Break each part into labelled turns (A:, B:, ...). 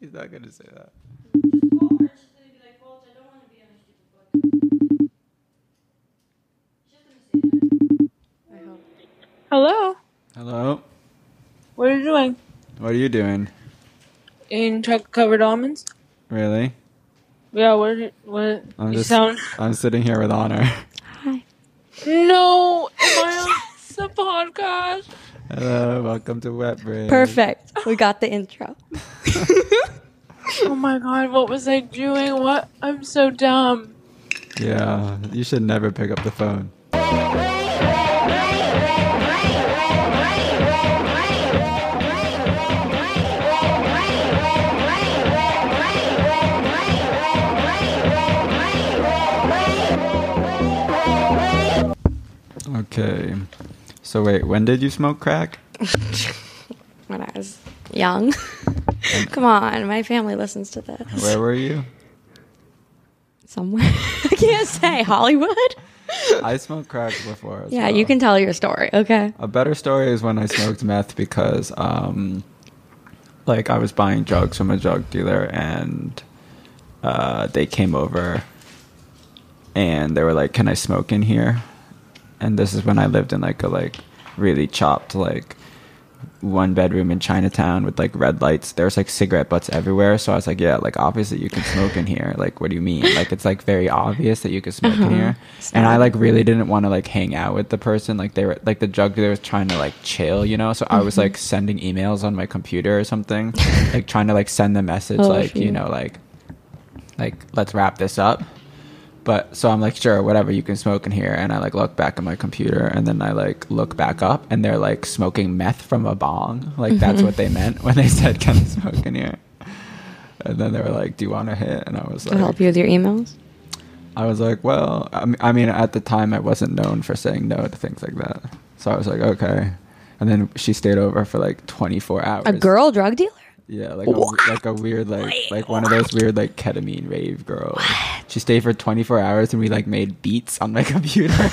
A: He's not gonna say that.
B: Just call her, she's gonna be like, Walt, I don't wanna be on a stupid podcast. She's gonna say that.
C: Hello.
A: Hello.
C: What are you doing?
A: What are you doing?
C: Eating chocolate covered almonds?
A: Really?
C: Yeah. What? are- What?
A: I'm
C: you
A: just-
C: sound.
A: I'm sitting here with Honor.
C: No. Am I on the podcast?
A: Hello. Welcome to Wet Brain.
D: Perfect. We got the intro.
C: Oh my god! What was I doing? What? I'm so dumb.
A: Yeah. You should never pick up the phone. Okay. So wait, when did you smoke crack?
D: When I was young. Come on, my family listens to this.
A: Where were you?
D: Somewhere. I can't say Hollywood.
A: I smoked crack before. as
D: Yeah,
A: well.
D: you can tell your story. Okay.
A: A better story is when I smoked meth because, um, like, I was buying drugs from a drug dealer and uh, they came over and they were like, "Can I smoke in here?" And this is when I lived in like a like really chopped like one bedroom in Chinatown with like red lights. There's like cigarette butts everywhere, so I was like, "Yeah, like obviously you can smoke in here. Like, what do you mean? Like, it's like very obvious that you could smoke
D: Uh-huh.
A: in here." And I like really didn't want to like hang out with the person. Like they were like the drug dealer was trying to like chill, you know. So I
D: Mm-hmm.
A: was like sending emails on my computer or something, like trying to like send the message,
D: Oh,
A: like you
D: shoot.
A: know, like like let's wrap this up but so i'm like sure whatever you can smoke in here and i like look back at my computer and then i like look back up and they're like smoking meth from a bong like that's what they meant when they said can i smoke in here and then they were like do you want to hit and i was
D: I'll help
A: like
D: you with your emails.
A: i was like well I m- I mean at the time i wasn't known for saying no to things like that so i was like okay and then she stayed over for like 24 hours
D: A girl drug dealer?
A: yeah, like a, like a weird like like one of those weird like ketamine rave girls. She stayed for 24 hours and we like made beats on my computer.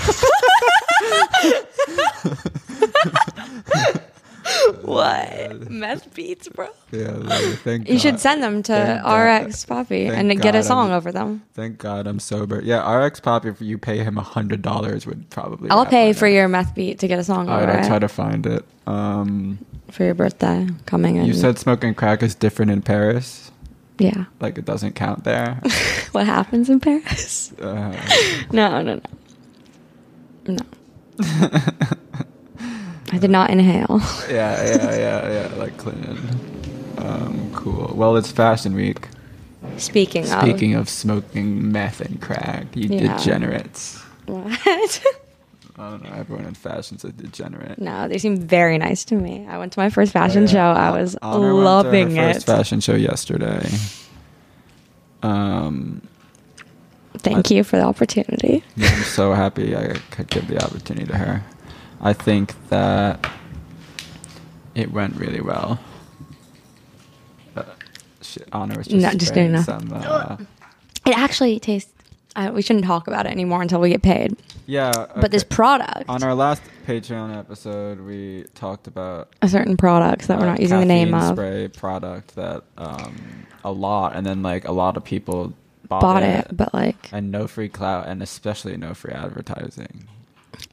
D: What? Meth beats, bro.
A: yeah, like, thank
D: You should
A: Uh, God-
D: send them to
A: thank God-
D: RX Poppy
A: Thank
D: and get a
A: God
D: song
A: I'm-
D: over them.
A: Thank God I'm sober. Yeah, RX Pop. If you pay him a hundred dollars, would probably.
D: I'll
A: wrap
D: pay
A: it
D: for
A: up.
D: your meth beat to get a song
A: All right,
D: over
A: I'll
D: it
A: try to find it. Um,
D: for your birthday coming in.
A: you said smoking crack is different in Paris.
D: yeah.
A: Like it doesn't count there.
D: what happens in Paris?
A: Uh,
D: No, no, no. No. I did not inhale.
A: yeah, yeah, yeah, yeah. Like Clinton. Um, cool. Well, it's Fashion Week.
D: Speaking,
A: Speaking of smoking meth and crack, you
D: Yeah.
A: degenerates.
D: of what?
A: I don't know. Everyone in fashion's a degenerate.
D: no, they seem very nice to me. I went to my first fashion
A: Oh,
D: show.
A: yeah.
D: I was
A: Honor went to her
D: loving
A: First
D: it.
A: fashion show yesterday. Um,
D: Thank you for the opportunity.
A: yeah, I'm so happy I could give the opportunity to her. I think that it went really well. Uh, she, Honor was just
D: No, just doing
A: spraying
D: nothing.
A: some. Uh,
D: It actually tastes. Uh, we shouldn't talk about it anymore until we get paid.
A: yeah,
D: But this
A: okay.
D: product,
A: on our last Patreon episode, we talked about
D: a certain products that we're
A: uh,
D: not using the name
A: caffeine
D: of,
A: spray product that um, a lot and then like a lot of people bought,
D: bought it, but like,
A: and no free clout and especially no free advertising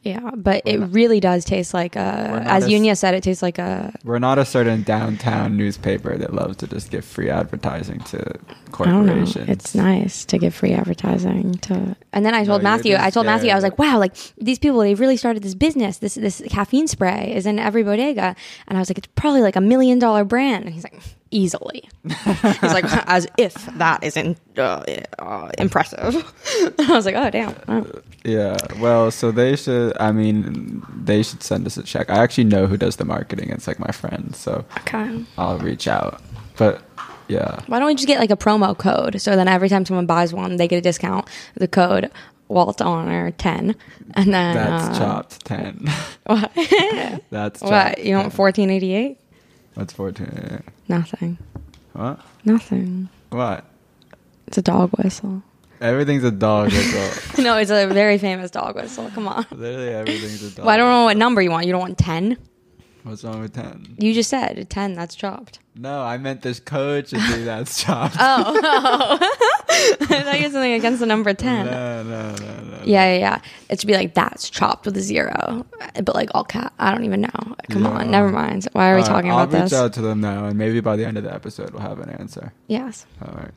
D: yeah, but
A: We're
D: it
A: not-
D: really does taste like a.
A: We're not
D: As
A: as-
D: Yunia said, it tastes like a
A: we're not a certain downtown newspaper that loves to just give free advertising to
D: I don't know.
A: corporations
D: Oh, It's nice to give free advertising to. And then I
A: No,
D: told
A: you're
D: Matthew.
A: just
D: I told Matthew. I was
A: scared.
D: like, "Wow, like these people, they really started this business. This this caffeine spray is in every bodega." And I was like, "It's probably like a million dollar brand." And he's like, "Easily." he's like, "As if that isn't uh, uh, impressive." I was like, "Oh damn." Oh.
A: yeah well so they should i mean they should send us a check i actually know who does the marketing it's like my friend so
D: Okay.
A: i'll reach out but yeah
D: Why don't we just get like a promo code? So then every time someone buys one, they get a discount. The code Walt Honor ten, and then
A: that's
D: uh,
A: chopped 10
D: What?
A: that's chopped
D: What you
A: 10.
D: want? Fourteen eighty eight?
A: That's 14.
D: Nothing.
A: What?
D: Nothing.
A: What?
D: It's a dog whistle.
A: Everything's a dog whistle.
D: No, it's a very famous dog whistle. Come on.
A: Literally everything's a dog.
D: Well, I don't know what number you want. You don't want ten.
A: What's wrong with ten?
D: You just said ten. That's chopped.
A: No, I meant this code should be that's chopped.
D: Oh, I thought you had something against the number ten.
A: No, no, no, no.
D: Yeah, yeah, yeah. It should be like that's chopped with a zero, but like all cat. I don't even know. Come
A: Yeah.
D: on, never mind. Why are we
A: All right,
D: talking
A: I'll
D: about this?
A: reach out to them now, and maybe by the end of the episode, we'll have an answer.
D: Yes.
A: All right.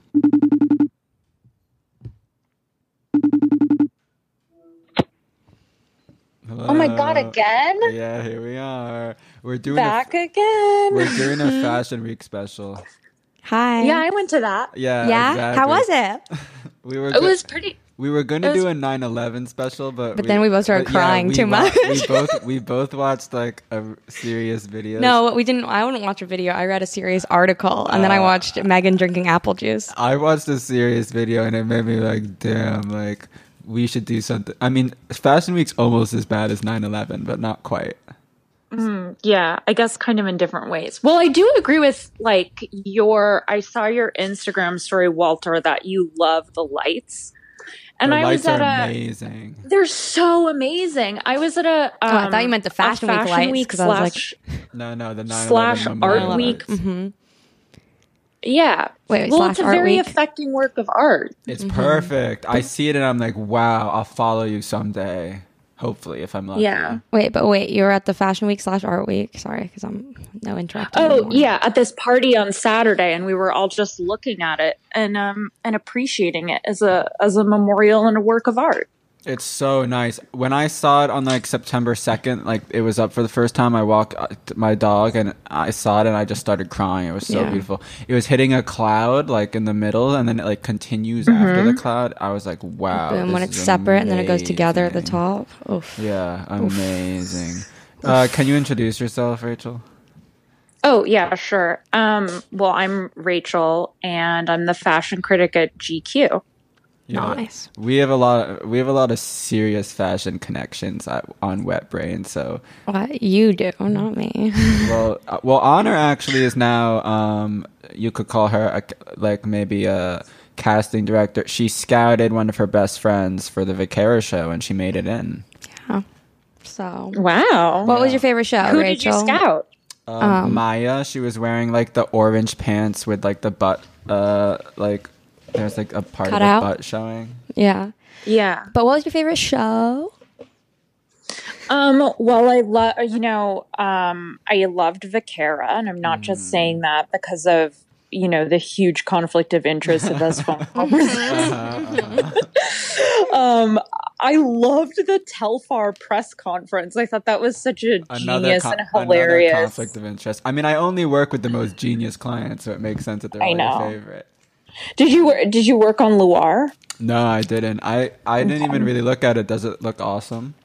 E: Oh my god, again?
A: Yeah, here we are. We're doing
E: Back
A: A,
E: again.
A: we're doing a fashion week special.
D: Hi.
E: Yeah, I went to that.
A: Yeah.
D: yeah.
A: Exactly.
D: How was it?
A: We were.
C: It
A: go-
C: was pretty.
A: we were going to
C: it was-
A: do a 9/11 special, but
D: But then we both started
A: but
D: crying
A: we
D: too
A: wa- We
D: much.
A: both we both watched like a r- serious video.
D: No, we didn't. I wouldn't watch a video. I read a serious article, and
A: Uh,
D: then I watched Megan drinking apple juice.
A: I watched a serious video and it made me like, damn, like we should do something. I mean, Fashion Week's almost as bad as 9/11, but not quite.
E: Yeah, I guess kind of in different ways. Well, I do agree with like your I saw your Instagram story, Walter, that you love the lights. And
A: the
E: I
A: lights
E: was at
A: are
E: a
A: amazing.
E: they're so amazing. I was at a
D: Oh, I
E: um,
D: thought you meant the
E: a
D: Fashion Week lights, 'cause I was like-
E: slash-
A: No, no, the 9/11
E: slash
A: Memorial
E: Art Week. Mm-hmm,
A: Lights.
E: yeah.
D: Wait, wait,
E: well,
D: slash
E: it's a
D: Art
E: very
D: Week?
E: affecting work of art.
A: It's perfect. I see it and I'm like, wow, I'll follow you someday. Hopefully, if I'm lucky.
E: Yeah.
D: Wait, but wait, you were at the Fashion Week slash Art Week. Sorry, because I'm no interrupting.
E: Oh
D: anymore.
E: yeah, at this party on Saturday, and we were all just looking at it and um and appreciating it as a as a memorial and a work of art.
A: It's so nice. When I saw it on like September 2nd, like it was up for the first time, I walked uh, my dog and I saw it and I just started crying. It was so
D: Yeah.
A: beautiful. It was hitting a cloud like in the middle and then it like continues after the cloud. I was like, wow.
D: Mm-hmm. Boom, when
A: this
D: it's
A: is
D: separate and then it goes together at the
A: amazing.
D: top. Oof.
A: Yeah, amazing. uh, can you introduce yourself, Rachel?
E: Oh yeah, sure. Um, well, I'm Rachel, and I'm the fashion critic at GQ.
A: Yeah.
D: Nice.
A: We have a lot. we have a lot of serious fashion connections at, on Wet Brain. So,
D: What you do, not me.
A: well, uh, well, Honor actually is now. Um, you could call her a, like maybe a casting director. She scouted one of her best friends for the Vaquero show, and she made it in.
D: so,
E: Wow.
D: what was your favorite show,
E: Who
D: Rachel?
E: did you scout?
A: Um,
D: Oh.
A: Maya, she was wearing like the orange pants with like the butt. Uh, like there's like a part of
D: Cut
A: the
D: out?
A: butt showing.
D: Yeah.
E: Yeah.
D: But what was your favorite show?
E: Um, well, I love you know, um, I loved Vicara, and I'm not
A: Mm.
E: just saying that because of you know the huge conflict of interest of us phone conversations.
A: Uh-huh.
E: um, I loved the Telfar press conference. I thought that was such a genius
A: con-
E: and
A: another
E: hilarious.
A: conflict of interest. I mean, I only work with the most genius clients, so it makes sense that they're
E: I
A: all your
E: know.
A: favorite.
E: Did you wor- did you work on Luar?
A: No, I didn't. I I didn't even really look at it. Does it look awesome?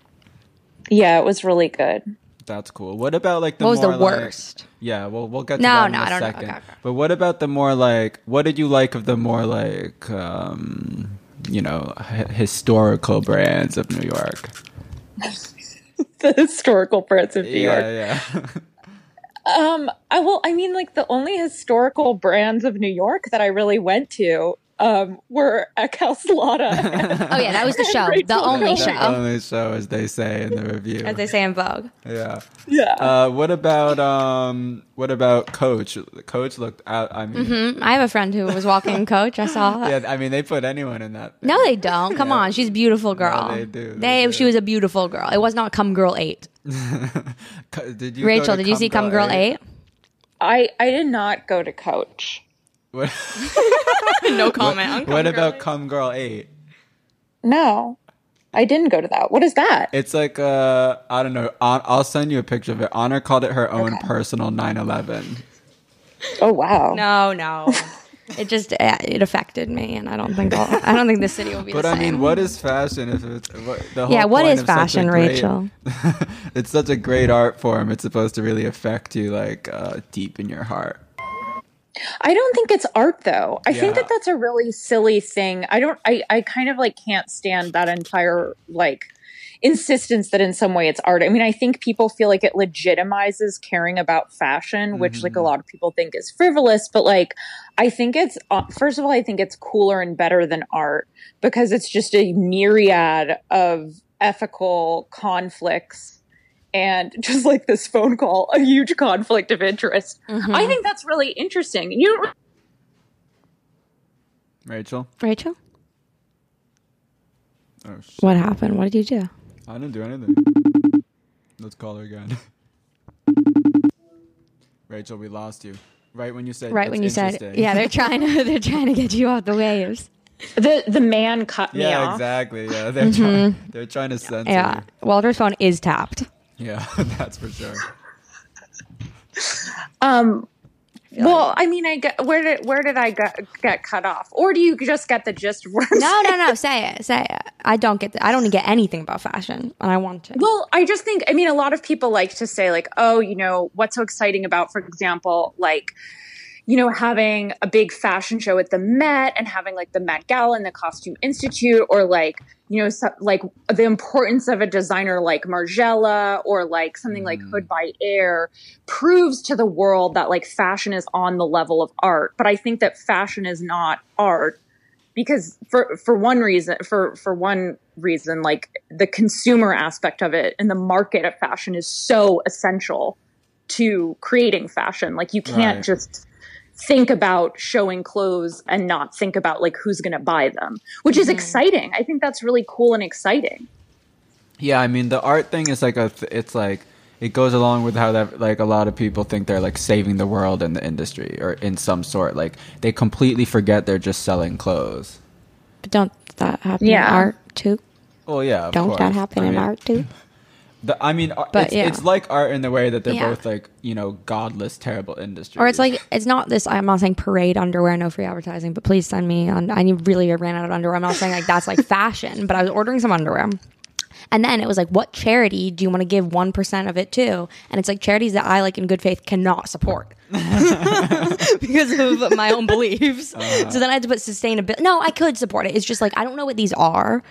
E: Yeah, it was really good.
A: That's cool. What about like the
D: What was the
A: more, like-
D: worst?
A: yeah, well, we'll get to
D: No,
A: that in
D: no,
A: a
D: I don't know.
A: second.
D: Okay, okay.
A: But what about the more like? What did you like of the more like? um you know, h- historical brands of New York.
E: The historical parts of New York.
A: Yeah, yeah.
E: Um, I well, I mean, like the only historical brands of New York that I really went to um, were Eckhouse Lotta.
D: Oh yeah, that was the show. The
E: Rachel
D: only
E: Bilson.
A: the
D: show.
A: only show, as they say in the review.
D: Um, As they say in Vogue.
A: yeah.
E: yeah,
A: Uh, what about um? What about Coach? Coach looked out. I mean,
D: Mm, I have a friend who was walking coach. I saw her.
A: yeah. I mean, they put anyone in that.
D: No, they don't. Come on, she's a beautiful girl.
A: they do,
D: They,
A: they do.
D: she was a beautiful girl. It was not Come Girl Eight.
A: Co- did you? go
D: Rachel,
A: to
D: did you see Come Girl Eight?
E: I I did not go to Coach.
A: What,
D: No comment. on Come
A: what
D: Girl
A: about Come Girl Eight?
E: No, I didn't go to that. What is that?
A: It's like uh, I don't know. Hon- I'll send you a picture of it. Honor called it her own personal 9/11.
E: Oh wow.
D: No, no. it just uh, it affected me, and I don't think I'll, I don't think the city will be.
A: But
D: the
A: I
D: same.
A: mean, what is fashion if it's what, the whole
D: Yeah, what
A: point
D: is
A: of such a
D: fashion,
A: great-
D: Rachel?
A: it's such a great art form. It's supposed to really affect you, like uh, deep in your heart.
E: I don't think it's art though. I think
A: Yeah.
E: that that's a really silly thing. I don't. I I kind of like can't stand that entire like insistence that in some way it's art. I mean, I think people feel like it legitimizes caring about fashion, which like a lot of people think is frivolous, but like I think it's uh, first of all I think it's cooler and better than art because it's just a myriad of ethical conflicts and just like this phone call, a huge conflict of interest.
D: Mhm.
E: I think that's really interesting. You don't
A: Rachel?
D: Rachel,
A: Oh, sh-
D: what happened? What did you do?
A: I didn't do anything. Let's call her again. Rachel, we lost you. Right when you said
D: Right when you
A: "That's
D: said,
A: interesting."
D: yeah, they're trying to they're trying to get you off the waves.
E: the the man cut me
A: Yeah,
E: off.
A: exactly. Yeah, they're trying. They're trying to censor.
D: Mm-hmm. Yeah, Walter's phone is tapped.
A: you. yeah, that's for sure.
E: Um, well, I mean, I get, where did where did I get, get cut off, or do you just get the gist? Of what I'm
D: No,
E: saying?
D: no, no. Say it. Say it. I don't get. The, I don't get anything about fashion, and I want to.
E: Well, I just think, I mean, a lot of people like to say, like, oh, you know, what's so exciting about, for example, like, you know, having a big fashion show at the Met and having like the Met Gala and the Costume Institute, or like, you know, so, like the importance of a designer like Margiela or like something like Hood by Air proves to the world that like fashion is on the level of art. But I think that fashion is not art because for for one reason for for one reason like the consumer aspect of it and the market of fashion is so essential to creating fashion like you can't
A: Right.
E: just think about showing clothes and not think about like who's going to buy them which is exciting i think that's really cool and exciting
A: Yeah, I mean the art thing is like a. Th- it's like it goes along with how that like a lot of people think they're like saving the world in the industry or in some sort. Like they completely forget they're just selling clothes.
D: But don't that happen
E: Yeah.
D: in art too?
A: Oh yeah, of
D: Don't that
A: course.
D: happen
A: I
D: in
A: mean,
D: art too?
A: The, I mean, ar-
D: But,
A: it's,
D: yeah.
A: it's like art in the way that they're
D: Yeah.
A: both like you know godless, terrible industries.
D: Or it's like it's not this. I'm not saying parade underwear, no free advertising. But please send me on. I need- really ran out of underwear. I'm not saying like that's like fashion, but I was ordering some underwear. And then it was like, what charity do you want to give one percent of it to? And it's like charities that I like in good faith cannot support because of my own beliefs. so then I had to put sustainability. No, I could support it. It's just like I don't know what these are.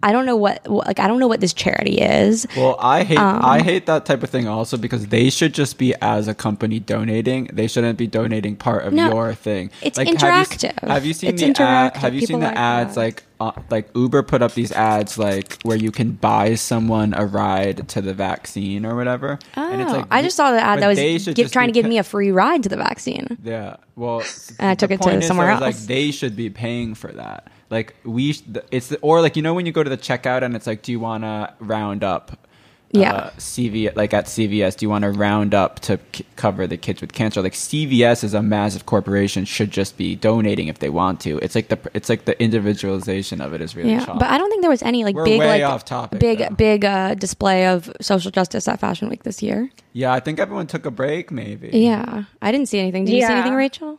D: I don't know what what- like I don't know what this charity is.
A: Well, I hate
D: Um,
A: I hate that type of thing also because they should just be as a company donating. They shouldn't be donating part of
D: No,
A: your thing.
D: it's
A: have you s-
D: interactive.
A: Have you seen
D: It's
A: the ad,
D: interactive.
A: Have you
D: People
A: seen the
D: like
A: ads
D: that.
A: like uh, like Uber put up these ads like where you can buy someone a ride to the vaccine or whatever?
D: Oh, I just saw the ad
A: but
D: that
A: they
D: was
A: should
D: give,
A: just
D: trying to
A: be
D: give
A: pa-
D: me a free ride to the vaccine.
A: Yeah. Well, s-
D: And I
A: the
D: took it to
A: point is,
D: somewhere
A: I was
D: else.
A: Like they should be paying for that. Like we, sh- the- it's the, or like you know when you go to the checkout and it's like, do you want to round up?
D: Yeah.
A: CV like at CVS, do you want to round up to c- cover the kids with cancer? Like CVS is a massive corporation, should just be donating if they want to. It's like the pr- it's like the individualization of it is really.
D: Yeah,
A: chopped.
D: but I don't think there was any like
A: We're
D: big
A: way
D: like
A: off topic,
D: big
A: though.
D: big uh, display of social justice at Fashion Week this year.
A: yeah, I think everyone took a break. Maybe.
D: Yeah, I didn't see anything. Did you see
E: Yeah.
D: anything, Rachel?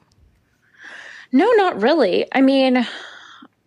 E: no not really i mean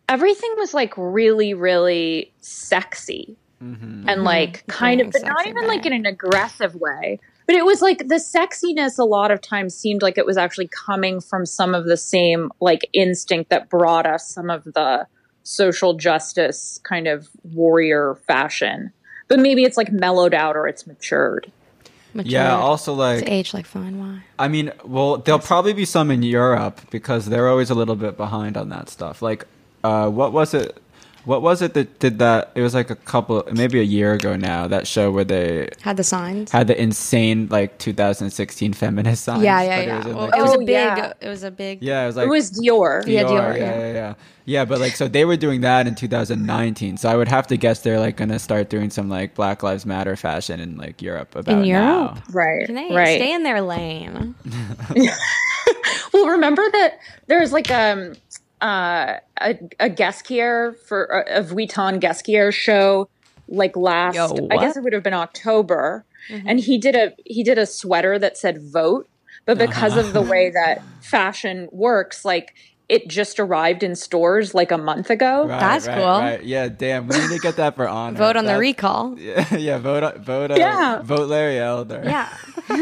E: everything was like really really sexy and like kind of, but not
D: sexy
E: even
D: back.
E: like in an aggressive way. But it was like the sexiness a lot of times seemed like it was actually coming from some of the same like instinct that brought us some of the social justice kind of warrior fashion. But maybe it's like mellowed out or it's matured.
A: Yeah.
D: Mature.
A: Also,
D: It's
A: like
D: age like fine wine.
A: I mean, well, there'll probably be some in Europe because they're always a little bit behind on that stuff. Like, uh, what was it? What was it that did that? It was like a couple, maybe a year ago now. That show where they
D: Had the signs.
A: had the insane like 2016 feminist signs.
D: yeah, yeah,
A: but it
D: yeah.
A: was in,
D: Well,
A: like,
D: it was a
E: Oh,
D: big.
E: yeah.
D: It was a big.
A: yeah, it was like
E: it was Dior.
D: Yeah,
A: yeah,
D: Dior, yeah.
A: yeah, yeah, yeah. But like, so they were doing that in 2019. So I would have to guess they're like going to start doing some like Black Lives Matter fashion in like Europe about
D: In Europe?
A: now.
E: Right.
D: Can they
E: right.
D: stay in their lane?
E: Well, remember that there's like um uh, a a Geskier for uh, a, a Vuitton Geskier show like last
D: Yo,
E: I
D: what? Mm-hmm.
E: guess it would have been October and he did a he did a sweater that said vote but because of the
D: Uh-huh.
E: way that fashion works like it just arrived in stores like a month ago
A: Right,
D: That's
A: right,
D: cool.
A: Right. Yeah, damn. We need to get that for honor.
D: Vote on the
A: That's-
D: recall.
A: Yeah, yeah, vote uh, vote uh,
E: Yeah.
A: vote Larry Elder.
D: Yeah.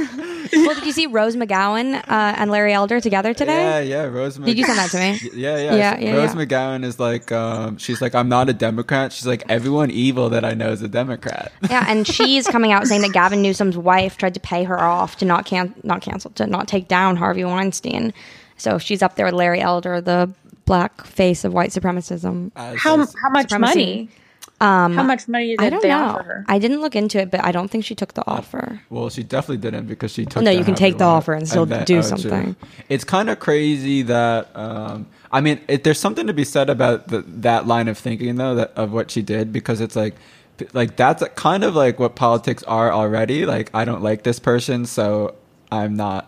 D: well, did you see Rose McGowan uh, and Larry Elder together today?
A: Yeah, yeah, Rose McGowan.
D: Did you send that to me?
A: Yeah, yeah.
D: Yeah, yeah,
A: Rose
D: yeah.
A: McGowan is like, um, she's like, I'm not a Democrat. She's like, everyone evil that I know is a Democrat.
D: Yeah, and she's coming out saying that Gavin Newsom's wife tried to pay her off to not can not cancel to not take down Harvey Weinstein. So she's up there with Larry Elder, the black face of white supremacism.
A: As
E: how
A: is-
E: how much
D: Supremacy.
E: money
D: Um,
E: How much money did
D: I don't
E: they
D: know.
E: offer her?
D: I didn't look into it, but I don't think she took the offer.
A: Well, she definitely didn't because she took.
D: no,
A: the
D: you can
A: happy
D: take the
A: one.
D: offer and still do something.
A: It's kind of crazy that. Um, I mean, it, there's something to be said about the, that line of thinking, though, that, of what she did, because it's like, like that's kind of like what politics are already. Like, I don't like this person, so I'm not.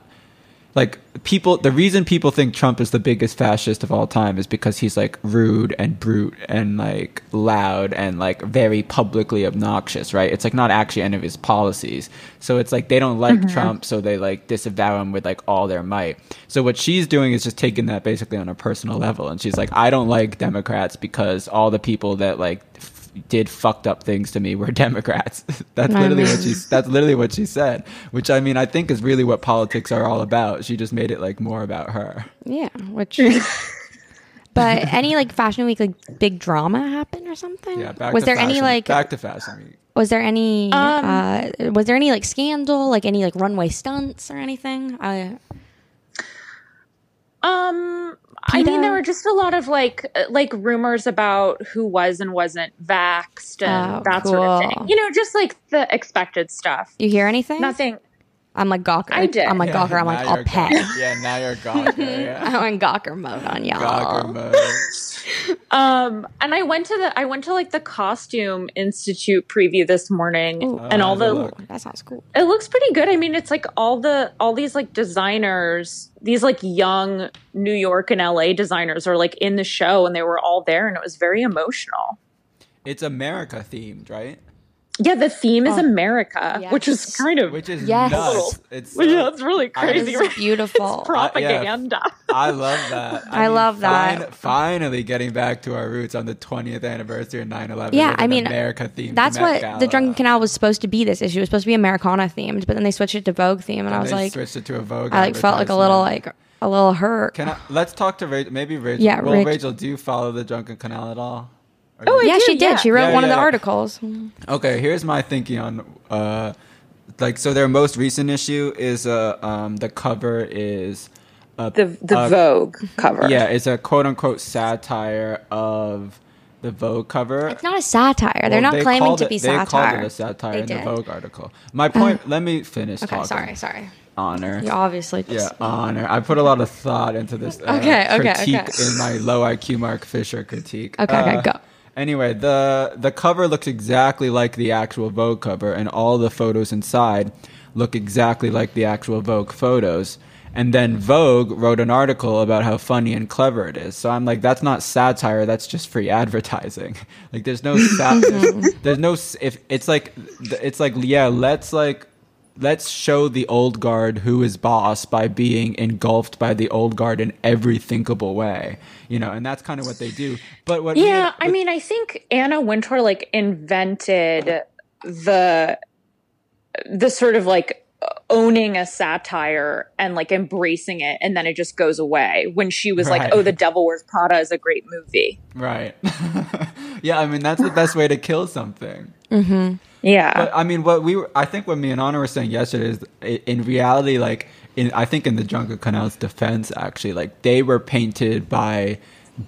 A: Like people, the reason people think Trump is the biggest fascist of all time is because he's like rude and brute and like loud and like very publicly obnoxious, right? It's like not actually any of his policies. So it's like they don't like Trump, so they like disavow him with like all their might. So what she's doing is just taking that basically on a personal level. And she's like, I don't like Democrats because all the people that like f- did fucked up things to me were Democrats. That's
D: I
A: literally
D: mean-
A: what she's that's literally what she said, which I mean I think is really what politics are all about. She just made it like more about her.
D: Yeah, which. but any like Fashion Week like big drama happened or something?
A: Yeah, back
D: Mm. was
A: to
D: there
A: fashion,
D: any like
A: back to fashion week?
D: was there any
E: Um,
D: uh, was there any like scandal like any like runway stunts or anything? Uh, I
E: Um, I
D: PETA?
E: mean, there were just a lot of like uh, like rumors about who was and wasn't vaxxed and
D: Oh,
E: that sort of
D: cool.
E: thing. You know, just like the expected stuff.
D: you hear anything?
E: Nothing.
D: I'm like Gawker.
E: I did.
D: I'm like
A: Yeah,
D: Gawker. I'm like
A: now
D: I'll
A: you're
D: pay.
A: Gawker. Yeah, now you're Gawker. Yeah.
D: I'm in Gawker mode on y'all.
A: Gawker mode.
E: Um, and I went to the I went to like the costume institute preview this morning,
D: Ooh.
E: and
A: Oh,
E: all
A: how's it
E: the
A: look?
D: That sounds cool.
E: it looks pretty good. I mean, it's like all the all these like designers, these like young New York and LA designers are like in the show, and they were all there, and it was very emotional.
A: It's America themed, right?
E: Yeah, the theme is America, which is
D: Oh. yes.
E: kind of
A: Which is
D: Yes.
A: nuts. It's
E: Well, yeah, it's really
A: I-
E: crazy.
D: It's
E: right?
D: beautiful.
E: Propaganda.
A: I love that.
D: I love that.
A: fin- finally getting back to our roots on the 20th anniversary of 9/11.
D: Yeah,
A: with
D: I
A: an
D: mean,
A: America themed.
D: That's
A: Met
D: what the
A: Gala.
D: Drunken Canal was supposed to be. This issue it was supposed to be Americana themed, but then they switched it to Vogue theme, and, I
A: And
D: was
A: they
D: like,
A: switched it to a Vogue.
D: I like felt like a
A: advertisement.
D: little like a little hurt.
A: Can I, let's talk to Rachel. Maybe Rachel.
D: Yeah,
A: well,
D: Rach-
A: Rachel, do you follow the Drunken Canal at all? Or
E: Oh,
A: you-
D: yeah,
E: do,
D: she did.
E: yeah.
D: She wrote
A: Yeah,
D: one
A: yeah,
D: of the
A: yeah.
D: articles.
A: Okay, here's my thinking on uh like so their most recent issue is uh um the cover is a,
E: The the
A: a-
E: Vogue cover.
A: Uh, Yeah, it's a quote unquote satire of the Vogue cover.
D: It's not a satire. They're
A: Well,
D: not
A: they
D: claiming
A: called
D: to
A: it-
D: be
A: They called
D: satire.
A: it a satire
D: They
A: in the
D: did. Uh,
A: Vogue article. My point. let me finish.
D: Okay,
A: talking.
D: sorry, sorry.
A: Honor.
D: You obviously
A: Yeah,
D: just
A: honor. I put a lot of thought into this uh,
D: Okay, okay,
A: critique
D: okay.
A: in my low IQ Mark Fisher critique.
D: Okay, okay,
A: Uh,
D: go.
A: Anyway, the the cover looks exactly like the actual Vogue cover, and all the photos inside look exactly like the actual Vogue photos. And then Vogue wrote an article about how funny and clever it is. So I'm like, that's not satire. That's just free advertising. Like, there's no sat- there's, there's no s- if it's like it's like yeah, let's like let's show the old guard who is boss by being engulfed by the old guard in every thinkable way you know and that's kind of what they do but what
E: Yeah, I mean, I think Anna Wintour like invented the the sort of like owning a satire and like embracing it and then it just goes away when she was
A: Right.
E: like, "Oh, The Devil Wears Prada is a great movie."
A: right yeah i mean that's the best way to kill something
E: Yeah.
A: But I mean, what we were, I think what me and Anna were saying yesterday is i- in reality, like in I think in the Jungle Canal's defense, actually, like they were painted by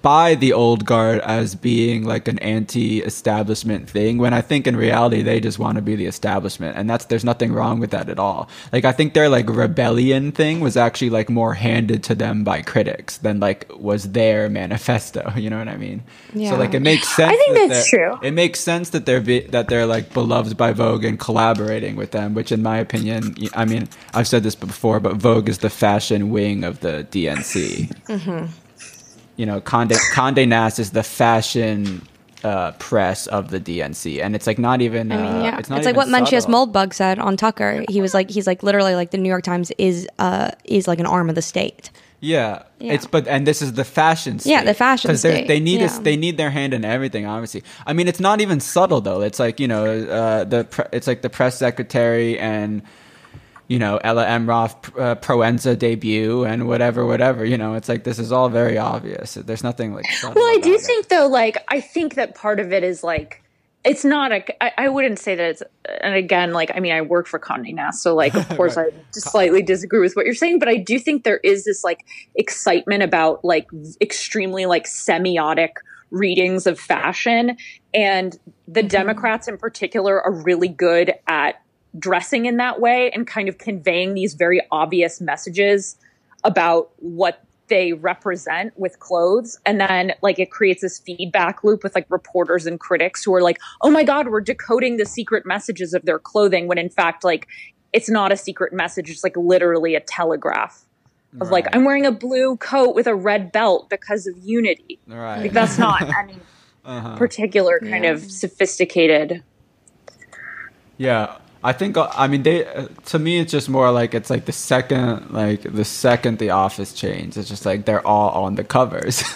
A: by the old guard as being like an anti-establishment thing when i think in reality they just want to be the establishment and that's there's nothing wrong with that at all like i think their like rebellion thing was actually like more handed to them by critics than like was their manifesto you know what i mean
D: Yeah.
A: so like it makes sense
E: I think
A: that
E: that's
A: they're-
E: true.
A: it makes sense that they're be, that they're like beloved by Vogue and collaborating with them, which in my opinion, I mean, I've said this before, but Vogue is the fashion wing of the DNC. You know, Condé Condé Nast is the fashion uh, press of the DNC, and it's like not even.
D: I mean,
A: uh,
D: yeah. It's,
A: it's, not even
D: like what Mencius
A: subtle.
D: Moldbug said on Tucker. He was like, he's like literally like the New York Times is uh is like an arm of the state.
A: Yeah. It's but and this is the fashion state.
D: Yeah, the fashion
A: 'Cause they're-
D: state,
A: They need
D: yeah.
A: us they need their hand in everything, obviously. I mean, it's not even subtle though. It's like, you know, uh, the pre- it's like the press secretary and you know, Ella Emroth uh, Proenza debut and whatever whatever, you know, it's like this is all very obvious. There's nothing like subtle
E: Well, I do
A: about it.
E: think though, like I think that part of it is like it's not a. I, I wouldn't say that it's. And again, like I mean, I work for Condé Nast, so like of course I just slightly disagree with what you're saying, but I do think there is this like excitement about like extremely like semiotic readings of fashion. And the
A: Mm-hmm.
E: Democrats in particular are really good at dressing in that way and kind of conveying these very obvious messages about what they represent with clothes and then like it creates this feedback loop with like reporters and critics who are like oh my god we're decoding the secret messages of their clothing when in fact like it's not a secret message it's like literally a telegraph of like
A: Right.
E: i'm wearing a blue coat with a red belt because of unity
A: Right.
E: like that's not any
A: Uh-huh.
E: particular kind
D: Yeah.
E: of sophisticated
A: Yeah, I think uh, I mean they. uh, To me, it's just more like it's like the second, like the second the office changed, it's just like they're all on the covers.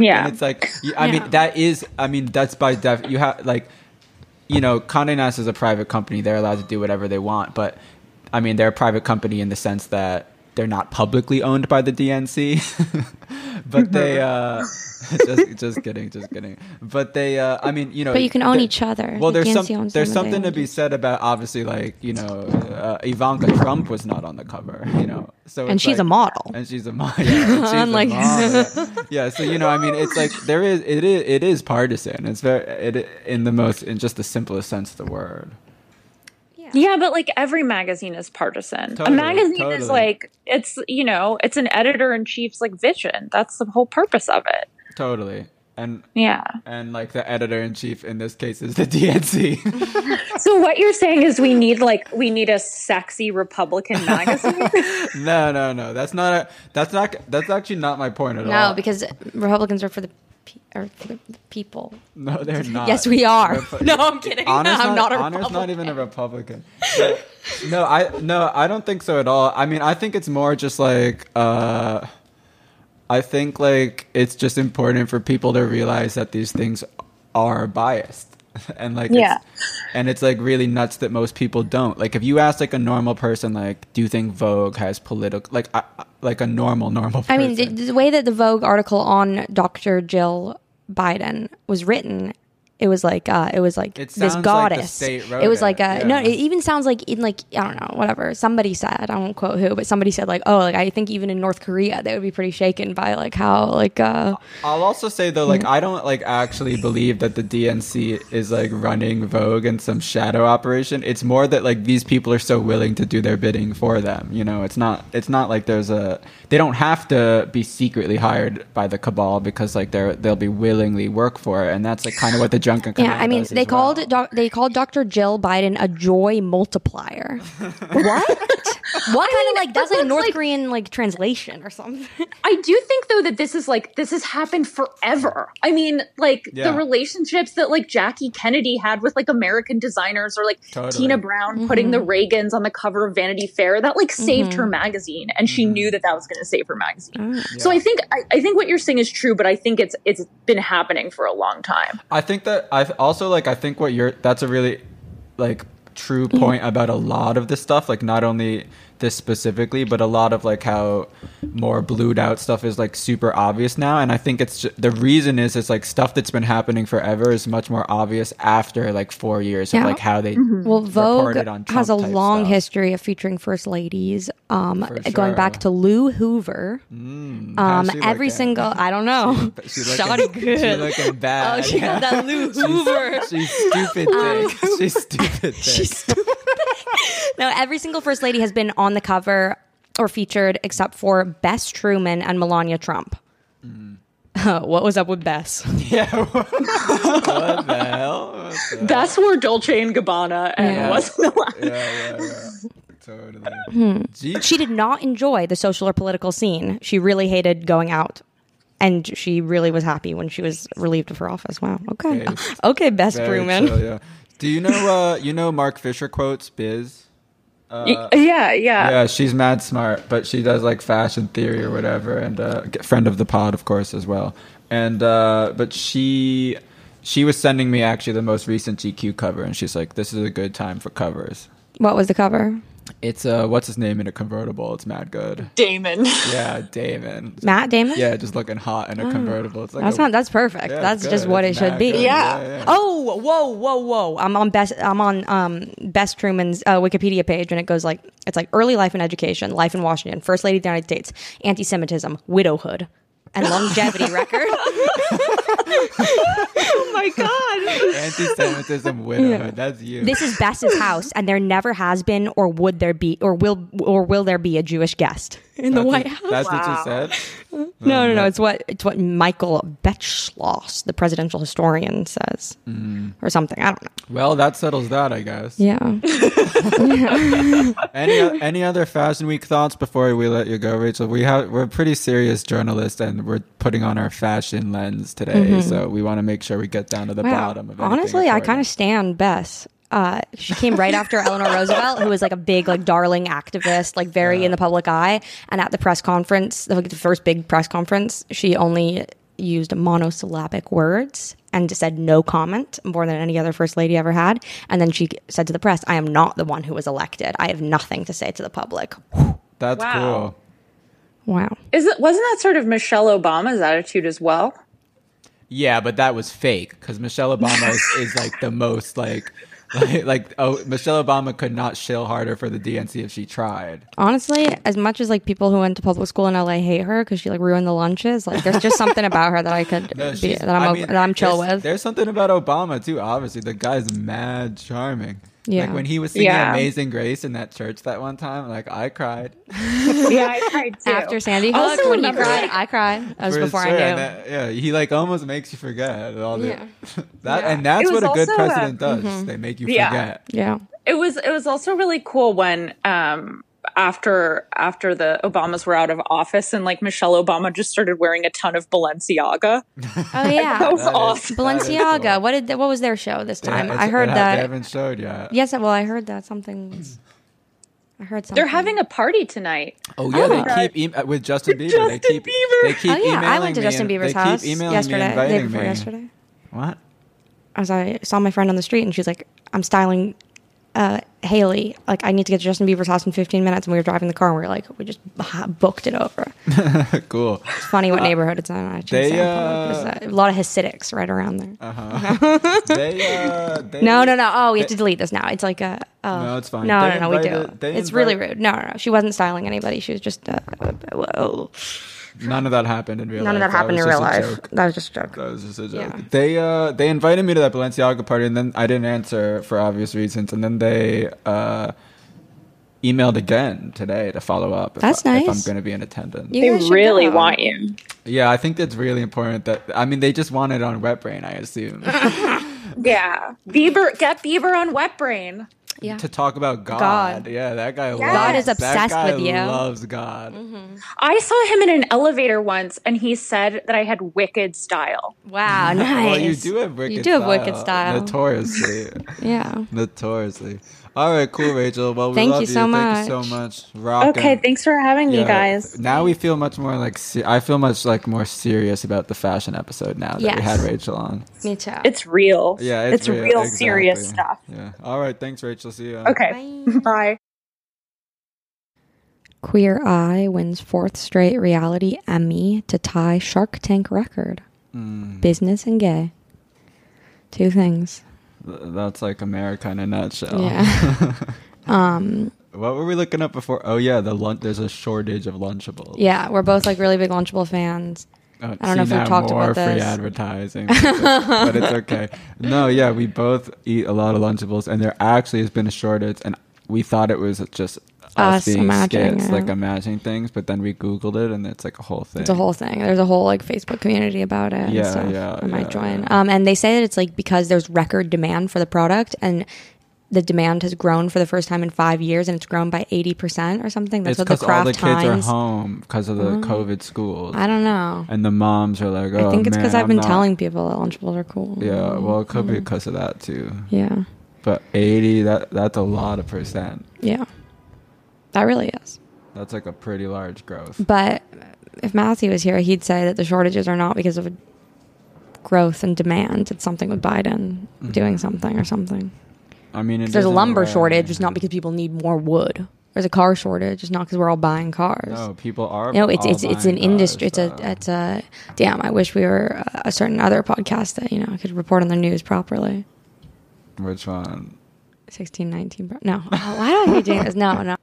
E: yeah
A: and it's like y- I
C: Yeah.
A: mean that is I mean that's by def you have like you know Condé Nast is a private company; they're allowed to do whatever they want. But I mean, they're a private company in the sense that they're not publicly owned by the DNC, but they. uh just, just kidding, just kidding. But they, uh, I mean, you know,
D: But you can own
A: they-
D: each other.
A: Well,
D: The
A: there's
D: DNC
A: some,
D: owns
A: there's
D: them, but they
A: something to
D: own
A: be said about obviously, like you know, uh, Ivanka Trump was not on the cover, you know, so
D: And
A: it's
D: she's
A: like-
D: a model.
A: and she's a model. Yeah, and she's a
D: Unlike-
A: model. yeah, so you know, I mean, it's like there is, it is, it is partisan. It's very, it in the most, in just the simplest sense of the word.
E: Yeah, but like every magazine is partisan.
A: Totally,
E: a magazine
A: totally.
E: is like it's you know it's an editor in chief's like vision. That's the whole purpose of it.
A: Totally. And
E: Yeah.
A: and like the editor in chief in this case is the DNC.
E: So what you're saying is we need like we need a sexy Republican magazine.
A: no, no, no. That's not a. That's not. That's actually not my point at all.
D: No, because Republicans are for the, pe- are for the people.
A: No, they're not.
D: Yes, we are.
A: Repu-
D: No, I'm kidding.
A: Honor's
D: I'm not a
A: Honor's not even a Republican. But- no, I no, I don't think so at all. I mean, I think it's more just like uh, I think like it's just important for people to realize that these things are biased, and like
E: Yeah.
A: it's, and it's like really nuts that most people don't. Like, if you ask like a normal person, like, do you think Vogue has political like I, I- like a normal normal? Person?
D: I mean, the, the way that the Vogue article on Dr. Jill Biden was written, it was like uh, it was like
A: It sounds
D: this
A: like the
D: goddess.
A: state wrote
D: it was
A: it,
D: like a no.
A: yeah.
D: It even sounds like in like I don't know whatever somebody said. I won't quote who, but somebody said like oh like I think even in North Korea they would be pretty shaken by like how like uh
A: I'll also say though, like I don't like actually believe that the DNC is like running Vogue and some shadow operation. It's more that like these people are so willing to do their bidding for them. You know, it's not it's not like there's a they don't have to be secretly hired by the cabal because like they're they'll be willingly work for it, and that's like kind of what the Junker.
D: yeah. I mean they called it doc- they called Dr. Jill Biden a joy multiplier. what? What kind of like that's like
E: that's
D: North
E: like-
D: Korean like translation or something.
E: I do think though that this is like this has happened forever. I mean, like
A: Yeah.
E: the relationships that like Jackie Kennedy had with like American designers or like
A: Totally.
E: Tina Brown putting the Reagans on the cover of Vanity Fair that like saved her magazine and she
A: Mm-hmm.
E: knew that that was going to save her magazine. So I think I, I think what you're saying is true, but I think it's it's been happening for a long time.
A: I think that I also like I think what you're that's a really like true
D: Mm-hmm.
A: point about a lot of this stuff like not only this specifically but a lot of like how more blued out stuff is like super obvious now and I think it's ju- the reason is it's like stuff that's been happening forever is much more obvious after like 4 years
D: Yeah. Mm-hmm.
A: of like how they
D: Well, Vogue
A: reported on
D: has a
A: Trump-type
D: long
A: stuff.
D: history of featuring first ladies, um,
A: For
D: going
A: sure. Mm-hmm.
D: back to Lou Hoover.
A: how's
D: um,
A: she
D: every
A: looking?
D: single, I don't know.
A: she
D: Shoddy
A: looking,
D: good.
A: she looking bad
D: oh, she Um, got that Lou Hoover.
A: she's stupid dick she's stupid dick
D: no, every single first lady has been on the cover or featured except for Bess Truman and Melania Trump.
A: Mm.
D: what was up with Bess?
A: yeah what what the hell What the-
E: Bess wore Dolce and Gabbana and
D: Yeah.
E: wasn't allowed.
A: yeah, yeah, yeah. Totally.
D: Hmm.
A: Gee,
D: She did not enjoy the social or political scene. She really hated going out. And she really was happy when she was relieved of her office. Wow. Okay.
A: Okay.
D: Okay, Bess
A: very
D: Truman.
A: chill, yeah. Do you know uh you know Mark Fisher quotes Biz? Uh,
E: yeah, yeah.
A: Yeah, she's mad smart, but she does like fashion theory or whatever, and uh, g- friend of the pod, of course, as well. And uh, but she she was sending me actually the most recent GQ cover, and she's like, "This is a good time for covers."
D: What was the cover?
A: It's uh, what's his name in a convertible? It's mad good.
E: Damon.
C: Oh
A: Yeah, Damon.
D: Matt Damon.
A: Yeah, just looking hot in a convertible. It's like
D: That's
A: a-
D: not. That's perfect.
A: Yeah,
D: that's
A: good.
D: just what
A: It's
D: it should
A: mad
D: be.
A: good. Yeah, Yeah. yeah.
D: Oh, whoa, whoa, whoa! I'm on best. I'm on um best Truman's uh, Wikipedia page, and it goes like it's like early life and education, life in Washington, first lady of the United States, anti-Semitism, widowhood. and longevity record.
E: Oh my god.
A: Anti-Semitism widowhood. That's you.
D: This is Bess's house, and there never has been, or would there be, or will, or will there be a Jewish guest Um, in the
A: That's
D: White
A: what- That's
E: Wow.
D: House?
A: what you said.
D: No, no, no. It's what it's what Michael Beschloss, the presidential historian, says, or something. I don't know.
A: Well, that settles that, I guess.
D: Yeah.
A: Any any other Fashion Week thoughts before we let you go, Rachel? We have we're pretty serious journalists, and we're putting on our fashion lens today, so we want to make sure we get down to the bottom of it.
D: Mm-hmm. Honestly, I kind of stand Bess. Uh, she came right after Eleanor Roosevelt, who was like a big, like darling activist, like very in the public eye. And at the press conference, like the first big press conference, she only used monosyllabic words and just said no comment more than any other first lady ever had. And then she said to the press, "I am not the one who was elected. I have nothing to say to the public."
A: that's
E: Wow.
A: cool.
D: Wow.
E: Is it wasn't that sort of Michelle Obama's attitude as well?
A: Yeah, but that was fake because Michelle Obama is, is like the most like. Like, like oh Michelle Obama could not shill harder for the DNC if she tried.
D: Honestly, as much as like people who went to public school in LA hate her because she like ruined the lunches, like there's just something about her that I could
A: No,
D: be,
A: she's-
D: that I'm
A: I
D: o-
A: mean,
D: that I'm chill
A: there's-
D: with.
A: There's something about Obama too. Obviously, the guy's mad charming.
D: Yeah.
A: Like when he was singing
E: Yeah.
A: "Amazing Grace" in that church that one time, like I cried.
E: Yeah, I tried too.
D: After Sandy Hook,
E: Also
D: when you
E: remember-
D: cried, I cried. That was
A: For
D: before I
A: sure, and
D: knew.
A: that- yeah, he like almost makes you forget all the,
D: Yeah.
A: that,
E: Yeah.
A: and that's
E: It was
A: what a good
E: also, uh,
A: president does. They make you
E: Yeah.
A: forget.
D: mm-hmm. Yeah.
E: It was it was also really cool when um after after the Obamas were out of office and like Michelle Obama just started wearing a ton of Balenciaga.
D: Oh yeah.
E: That was awesome.
D: Balenciaga. What did what was their show this time? I heard
A: they
D: that.
A: haven't showed yet.
D: Yes. Well, I heard that something. was- I heard something.
E: They're having a party tonight.
A: Oh yeah, they keep em- with Justin Bieber. they
E: Justin
A: keep,
E: Bieber.
A: They keep
D: Oh yeah, I
A: emailing
D: went to
A: me
D: Justin
A: and-
D: Bieber's
A: they
D: house
A: keep emailing me,
D: yesterday, the
A: inviting
D: day before
A: me.
D: yesterday.
A: What?
D: As I saw my friend on the street, and she's like, "I'm styling." Uh, Haley, like I need to get to Justin Bieber's house in 15 minutes, and we were driving the car, and we were like, we just ha- booked it over.
A: cool.
D: It's funny what neighborhood it's in. I
A: Uh, they,
D: shouldn't say in public,
A: uh,
D: but it's, uh, a lot of Hasidics right around there.
A: They, uh, they,
D: No, no, no. Oh, we have to delete this now. It's like a. Oh.
A: No, it's fine.
D: No,
A: They
D: no, no. We do.
A: invited- they
D: it's really
A: invite-
D: rude. No, no, no. She wasn't styling anybody. She was just. Uh, whoa.
A: None of that happened in real
D: None of
A: life.
D: that happened in
A: was
D: real
A: just a
D: life.
A: joke.
D: That was just a joke.
A: That was just a joke.
D: Yeah.
A: They uh they invited me to that Balenciaga party and then I didn't answer for obvious reasons and then they uh emailed again today to follow up if,
D: That's
A: I, if I'm
D: nice.
A: going to be in attendance.
D: You
E: They
D: guys should
E: really
D: go.
E: want you.
A: yeah, I think that's really important that I mean they just want it on WebBrain, I assume.
E: Yeah. Bieber get Bieber on Wet Brain.
D: Yeah.
A: to talk about God.
D: God.
A: Yeah, that guy loves
D: God is
A: that
D: obsessed
A: guy
D: with you.
A: loves God.
D: Mm-hmm.
E: I saw him in an elevator once and he said that I had wicked style.
D: Wow. Nice.
A: Well, you do have wicked
D: You do have wicked style.
A: Notoriously.
D: Yeah.
A: Notoriously. All right, cool, Rachel. Well, we
D: Thank
A: love
D: you so
A: Thank you
D: much.
A: so much. Rockin'.
E: thanks for having
A: Yeah. Now we feel much more like se- I feel much like more serious about the fashion episode now that we
D: Yes.
A: had Rachel on.
D: Me too.
E: It's real.
A: Yeah, it's,
E: real,
A: exactly.
E: serious stuff.
A: Yeah. All right. Thanks, Rachel. See you.
E: Okay. Bye.
D: Queer Eye wins fourth straight reality Emmy to tie Shark Tank record.
A: Mm.
D: Business and gay. Two things.
A: Th- That's like America in a nutshell.
D: Yeah. Um,
A: What were we looking up before? Oh yeah, the lunch. There's a shortage of Lunchables.
D: yeah. We're both like really big Lunchable fans.
A: Oh,
D: I don't know if
A: see,
D: we've
A: now
D: talked
A: more
D: about
A: free
D: this.
A: advertising, but it's okay. No, yeah, we both eat a lot of Lunchables, and there actually has been a shortage, and we thought it was just us,
D: Us
A: being
D: imagining
A: skits,
D: it.
A: like imagining things, but then we Googled it, and it's like a whole thing.
D: It's a whole thing. There's a whole like Facebook community about it.
A: Yeah,
D: and stuff.
A: yeah,
D: I might
A: yeah,
D: join.
A: yeah.
D: Um, and they say that it's like because there's record demand for the product, and the demand has grown for the first time in five years, and it's grown by eighty percent or something. That's
A: It's
D: what the
A: because all
D: Kraft
A: the kids are
D: Times. Mm.
A: home because of the COVID schools,
D: I don't know.
A: and the moms are like, "Oh,
D: I think it's because
A: man,
D: I've been
A: I'm not-"
D: telling Mm. people that Lunchables are cool.
A: Yeah, well, it could be because of that too.
D: Yeah.
A: But eighty, that that's a lot of percent.
D: Yeah. That really is.
A: That's like a pretty large growth.
D: But if Matthew was here, he'd say that the shortages are not because of growth and demand. It's something with Biden
A: Mm-hmm.
D: doing something or something.
A: I mean, it
D: There's a
A: is in
D: lumber
A: way.
D: shortage. It's not because people need more wood. There's a car shortage. It's not because we're all buying cars.
A: No, people are.
D: No, it's
A: all
D: it's it's an
A: buying uh,
D: industry. It's
A: cars,
D: a
A: so.
D: it's a damn. I wish we were a- a certain other podcast that you know could report on the news properly.
A: Which one?
D: Sixteen, nineteen. Pro- no, Oh, why do I keep doing this? No, no.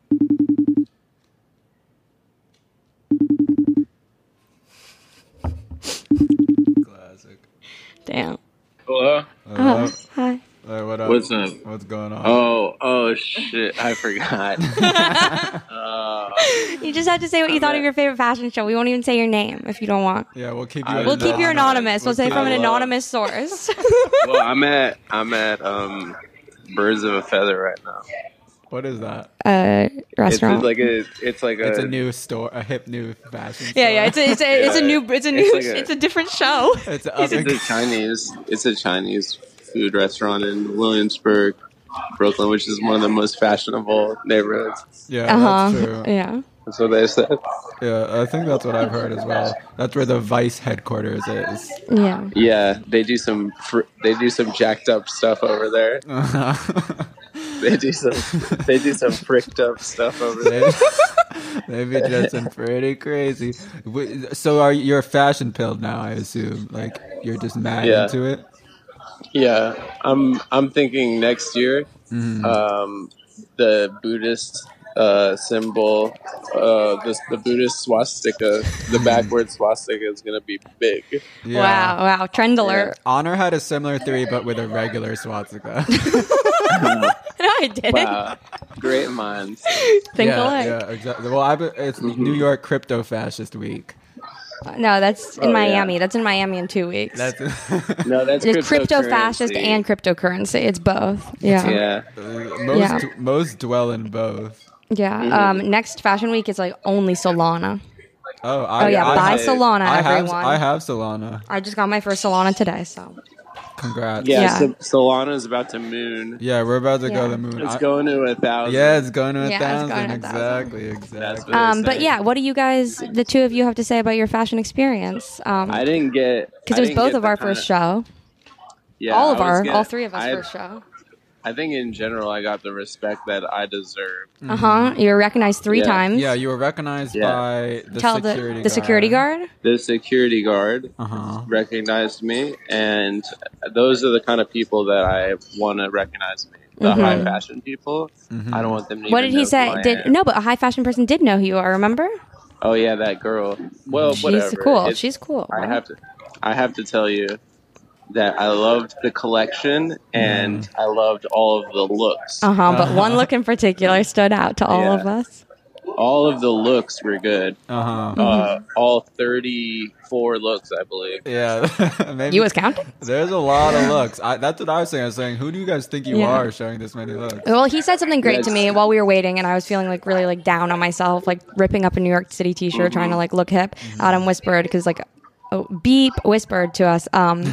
D: Damn.
F: Hello.
A: Hello?
D: Oh, hi.
A: Hey, Uh, what up?
F: What's up?
A: What's going on?
F: Oh, oh shit! I forgot. uh,
D: You just have to say what you
F: I'm
D: thought of
F: at-
D: your favorite fashion show. We won't even say your name if you don't want.
A: Yeah, we'll keep you.
F: I-
D: We'll keep you
F: Anonymous.
D: anonymous. We'll say
A: keep
D: from an
A: you-
F: Hello.
D: anonymous source.
F: well, I'm at I'm at um, Birds of a Feather right now.
A: What is that?
D: uh,
F: It's
D: restaurant.
F: like a it's like a,
A: It's a new store, a hip new fashion.
D: yeah, yeah. It's a, it's a, it's a
F: Yeah.
D: new, it's a new,
F: It's
D: it's,
F: like a-
D: a, different show.
A: store. It's,
F: it's
A: oven-
F: a Chinese it's a Chinese food restaurant in Williamsburg, Brooklyn, which is one of the most fashionable neighborhoods.
A: yeah,
D: Uh
A: that's
D: huh.
A: true.
D: Yeah.
F: That's what they said.
A: Yeah, I think that's what I've heard as well. That's where the Vice headquarters is.
D: Yeah.
F: Yeah, they do some fr- they do some jacked up stuff over there. They do some they do some pricked up stuff over there.
A: they, they be dressing pretty crazy. Wait, So are you- you're fashion pilled now? I assume, like you're just mad
F: Yeah.
A: into it.
F: Yeah, I'm I'm thinking next year,
A: Mm-hmm.
F: um, the Buddhist uh, symbol, uh, the, the Buddhist swastika, the
A: Mm-hmm.
F: backward swastika is gonna be big.
A: Yeah.
D: Wow. Wow. Trend alert.
A: Honor had a similar three, but with a regular swastika.
D: No, I didn't.
F: Wow, great minds.
D: Think
A: yeah,
D: alike.
A: yeah, exactly. Well, I, be- it's
F: Mm-hmm.
A: New York crypto fascist week.
D: No, that's in
F: Oh, yeah.
D: Miami. That's in Miami in two weeks.
A: That's
F: No, that's
D: There's crypto fascist
F: cryptocurrency.
D: and cryptocurrency. It's both. Yeah.
F: yeah.
A: most
D: Yeah.
A: most dwell in both.
D: Yeah. Um, next fashion week is like only Solana.
A: Oh, I,
D: Oh yeah,
A: I
D: buy
A: have,
F: have-
D: Solana,
A: I have,
D: everyone.
A: I have Solana.
D: I just got my first Solana today, so
A: Congrats.
F: yeah,
D: Yeah.
F: So, Solana's about to moon.
A: Yeah, we're about to go
D: Yeah.
A: to the moon.
F: It's
A: I-
F: going to a thousand.
A: yeah, it's going to a
D: Yeah, it's
A: thousand.
D: going to a thousand.
A: exactly,
F: That's
A: exactly.
F: what
D: um,
F: I'm
D: but
F: saying.
D: yeah, what do you guys, the two of you, have to say about your fashion experience?
F: I
D: Because
F: didn't get
D: it was both of our first show,
F: Yeah,
D: all of
F: I was
D: our,
F: gonna-
D: all three of us
F: I-
D: first show.
F: I think in general, I got the respect that I deserve.
A: Mm-hmm.
D: Uh huh. You were recognized three
F: Yeah.
D: times.
A: Yeah, you were recognized
F: Yeah.
A: by the
D: Tell
A: security
D: the the security guard.
F: The security guard
A: Uh huh.
F: recognized me, and those are the kind of people that I want to recognize me. The high fashion people.
A: Mm-hmm.
F: I don't want them to.
D: Mm-hmm. What
F: even
D: did he
F: know who
D: say?
F: I
D: Did
F: am.
D: no, but a high fashion person did know who you are. Remember?
F: Oh yeah, that girl. Well,
D: She's
F: Oh, whatever.
D: cool.
F: It's-
D: She's cool.
F: I have to. I have to tell you that I loved the collection, and I loved all of the looks.
D: Uh huh. But one look in particular stood out to all
F: Yeah.
D: of us.
F: All of the looks were good.
A: Uh
D: Mm-hmm.
A: huh.
F: Uh, all thirty-four looks, I believe.
A: Yeah, maybe
D: You was counting.
A: there's a lot of looks. I, that's what I was saying. I was saying, who do you guys think you
D: Yeah. Oh,
A: are showing this many looks?
D: Well, he said something great to
F: Yes.
D: me while we were waiting, and I was feeling like really like down on myself, like ripping up a New York City T-shirt, trying
A: Mm-hmm.
D: to like look hip. Adam whispered because like. Oh, beep whispered to us um,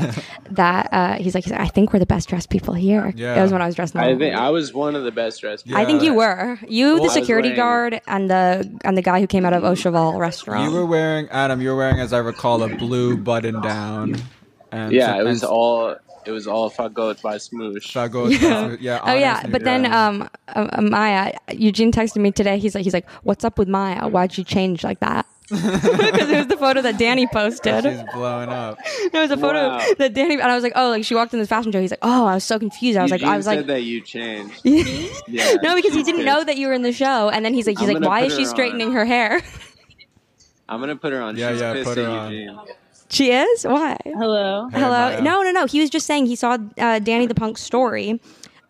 D: that uh, he's like, he's like, I think we're the best dressed people here.
A: Yeah.
D: It was when I was dressed.
F: I
D: normal.
F: think I was one of the best dressed.
A: Yeah.
D: I think you were you,
A: Well, I
D: the
A: was
D: security
F: wearing-
D: guard, and the and the guy who came out of Au Cheval restaurant.
A: You were wearing Adam. You were wearing, as I recall, a blue button down. And
F: Yeah, it was
A: and
F: all it was all fagot by Smoosh.
A: Sago. Yeah. yeah
D: Oh yeah,
A: honestly,
D: but then um, uh, uh, Maya Eugene texted me today. He's like, he's like, what's up with Maya? Why'd she change like that? Because it was the photo that Danny posted.
A: she's blowing up.
D: it was a photo
F: Wow.
D: that Danny and I was like, oh, like she walked in this fashion show. He's like, oh, I was so confused. I was like,
F: Eugene
D: I was
F: said
D: like,
F: that you changed. Yeah,
D: no, because he
F: she's
D: didn't
F: pissed.
D: know that you were in the show. And then he's like, he's
F: I'm
D: like,
F: gonna
D: why
F: put
D: is she
F: her on.
D: straightening her hair?
F: I'm gonna put her on.
A: Yeah,
F: She's
A: yeah,
F: pissed
A: put
F: at
A: her on.
F: Eugene.
D: she is. Why?
E: Hello.
A: Hey,
D: Hello.
A: Maya.
D: No, no, no. He was just saying he saw uh, Danny the Punk's story.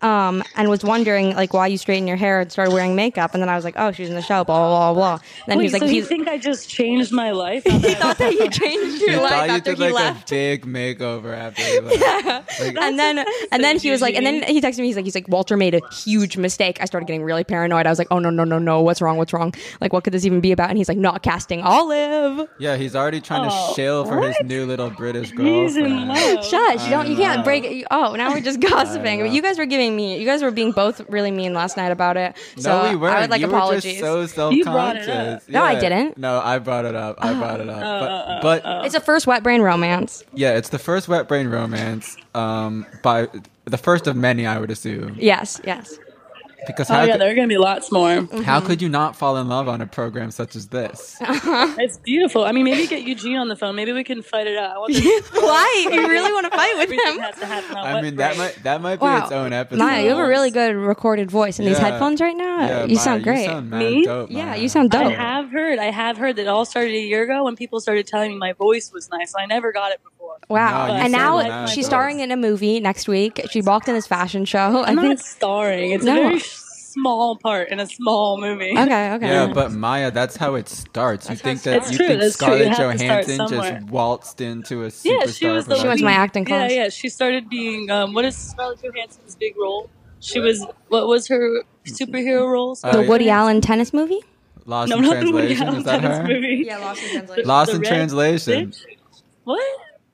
D: Um, and was wondering like why you straighten your hair and started wearing makeup, and then I was like, oh, she's in the show, blah blah blah. blah. Then he
G: Wait,
D: was like,
G: so you
D: he's,
G: think I just changed my life?
D: he thought that you changed your
A: He
D: life
A: thought you
D: after
A: did
D: he
A: like
D: left.
A: a big makeover after he left. Like,
D: and then and then he was like and then he texted me he's like he's like Walter made a huge mistake. I started getting really paranoid. I was like, "Oh no, no, no, no. What's wrong? What's wrong? Like what could this even be about?" And he's like, "Not casting Olive."
A: yeah, he's already trying to
G: Oh,
A: shill for his new little British girlfriend.
G: He's in love.
D: Shush, you don't you
A: know.
D: can't break it. Oh, now we're just gossiping.
A: Oh, I know.
D: But you guys were giving me you guys were being both really mean last night about it. So
A: no, we weren't.
D: I would like
A: you Were
D: apologies.
A: just so self-conscious.
G: You brought it up.
D: No, I
A: Yeah.
D: didn't. Uh,
A: No, I brought it up. I brought it up. but, but
D: it's a first wet brain romance.
A: yeah, it's the first wet brain romance. Um, by the first of many, I would assume.
D: Yes, yes.
A: Because
G: Oh
A: how
G: yeah,
A: could,
G: there are gonna be lots more.
D: Mhm.
A: how could you not fall in love on a program such as this?
D: Uh,
G: It's beautiful. I mean, maybe get Eugene on the phone. Maybe we can fight it out. I want this
D: Why? You really want to fight with
G: everything
D: him?
G: has to happen. on
A: I
G: what
A: mean, that
G: break.
A: might that might be
D: Wow.
A: its own episode.
D: Maya, you have a really good recorded voice in these
A: Yeah.
D: headphones right now.
A: Yeah,
D: you
A: Maya,
D: sound great.
A: You sound mad
G: Me?
A: dope.
D: yeah,
A: Maya.
D: you sound dope.
G: I have heard. I have heard that it all started a year ago when people started telling me my voice was nice, and I never got it before.
D: Wow.
A: No, you
D: and
A: said
D: now
A: that.
D: she's starring in a movie next week. She walked in this fashion show. I
G: I'm not
D: think.
G: starring. It's
D: No.
G: a very small part in a small movie.
D: Okay. Okay.
A: Yeah, but Maya, that's how it starts. you think that
G: starts.
A: you
G: It's true,
A: think
G: that's true. You
A: Scarlett
G: have to start
A: Johansson
G: somewhere.
A: just waltzed into a superstar?
G: Yeah, she was the
A: production.
D: She went to my
G: lead-
D: acting class.
G: Yeah, yeah. She started being um, what is Scarlett Johansson's big role? She was what was her superhero role?
D: The
A: Oh, yeah.
D: Woody Allen tennis movie.
A: Lost
G: No,
A: in
G: not the Woody
A: Translation.
G: Allen
A: Is that
G: tennis
A: her?
G: movie.
D: Lost in Translation.
A: Lost
G: The
A: in
G: Red
A: Translation.
G: Bitch? What?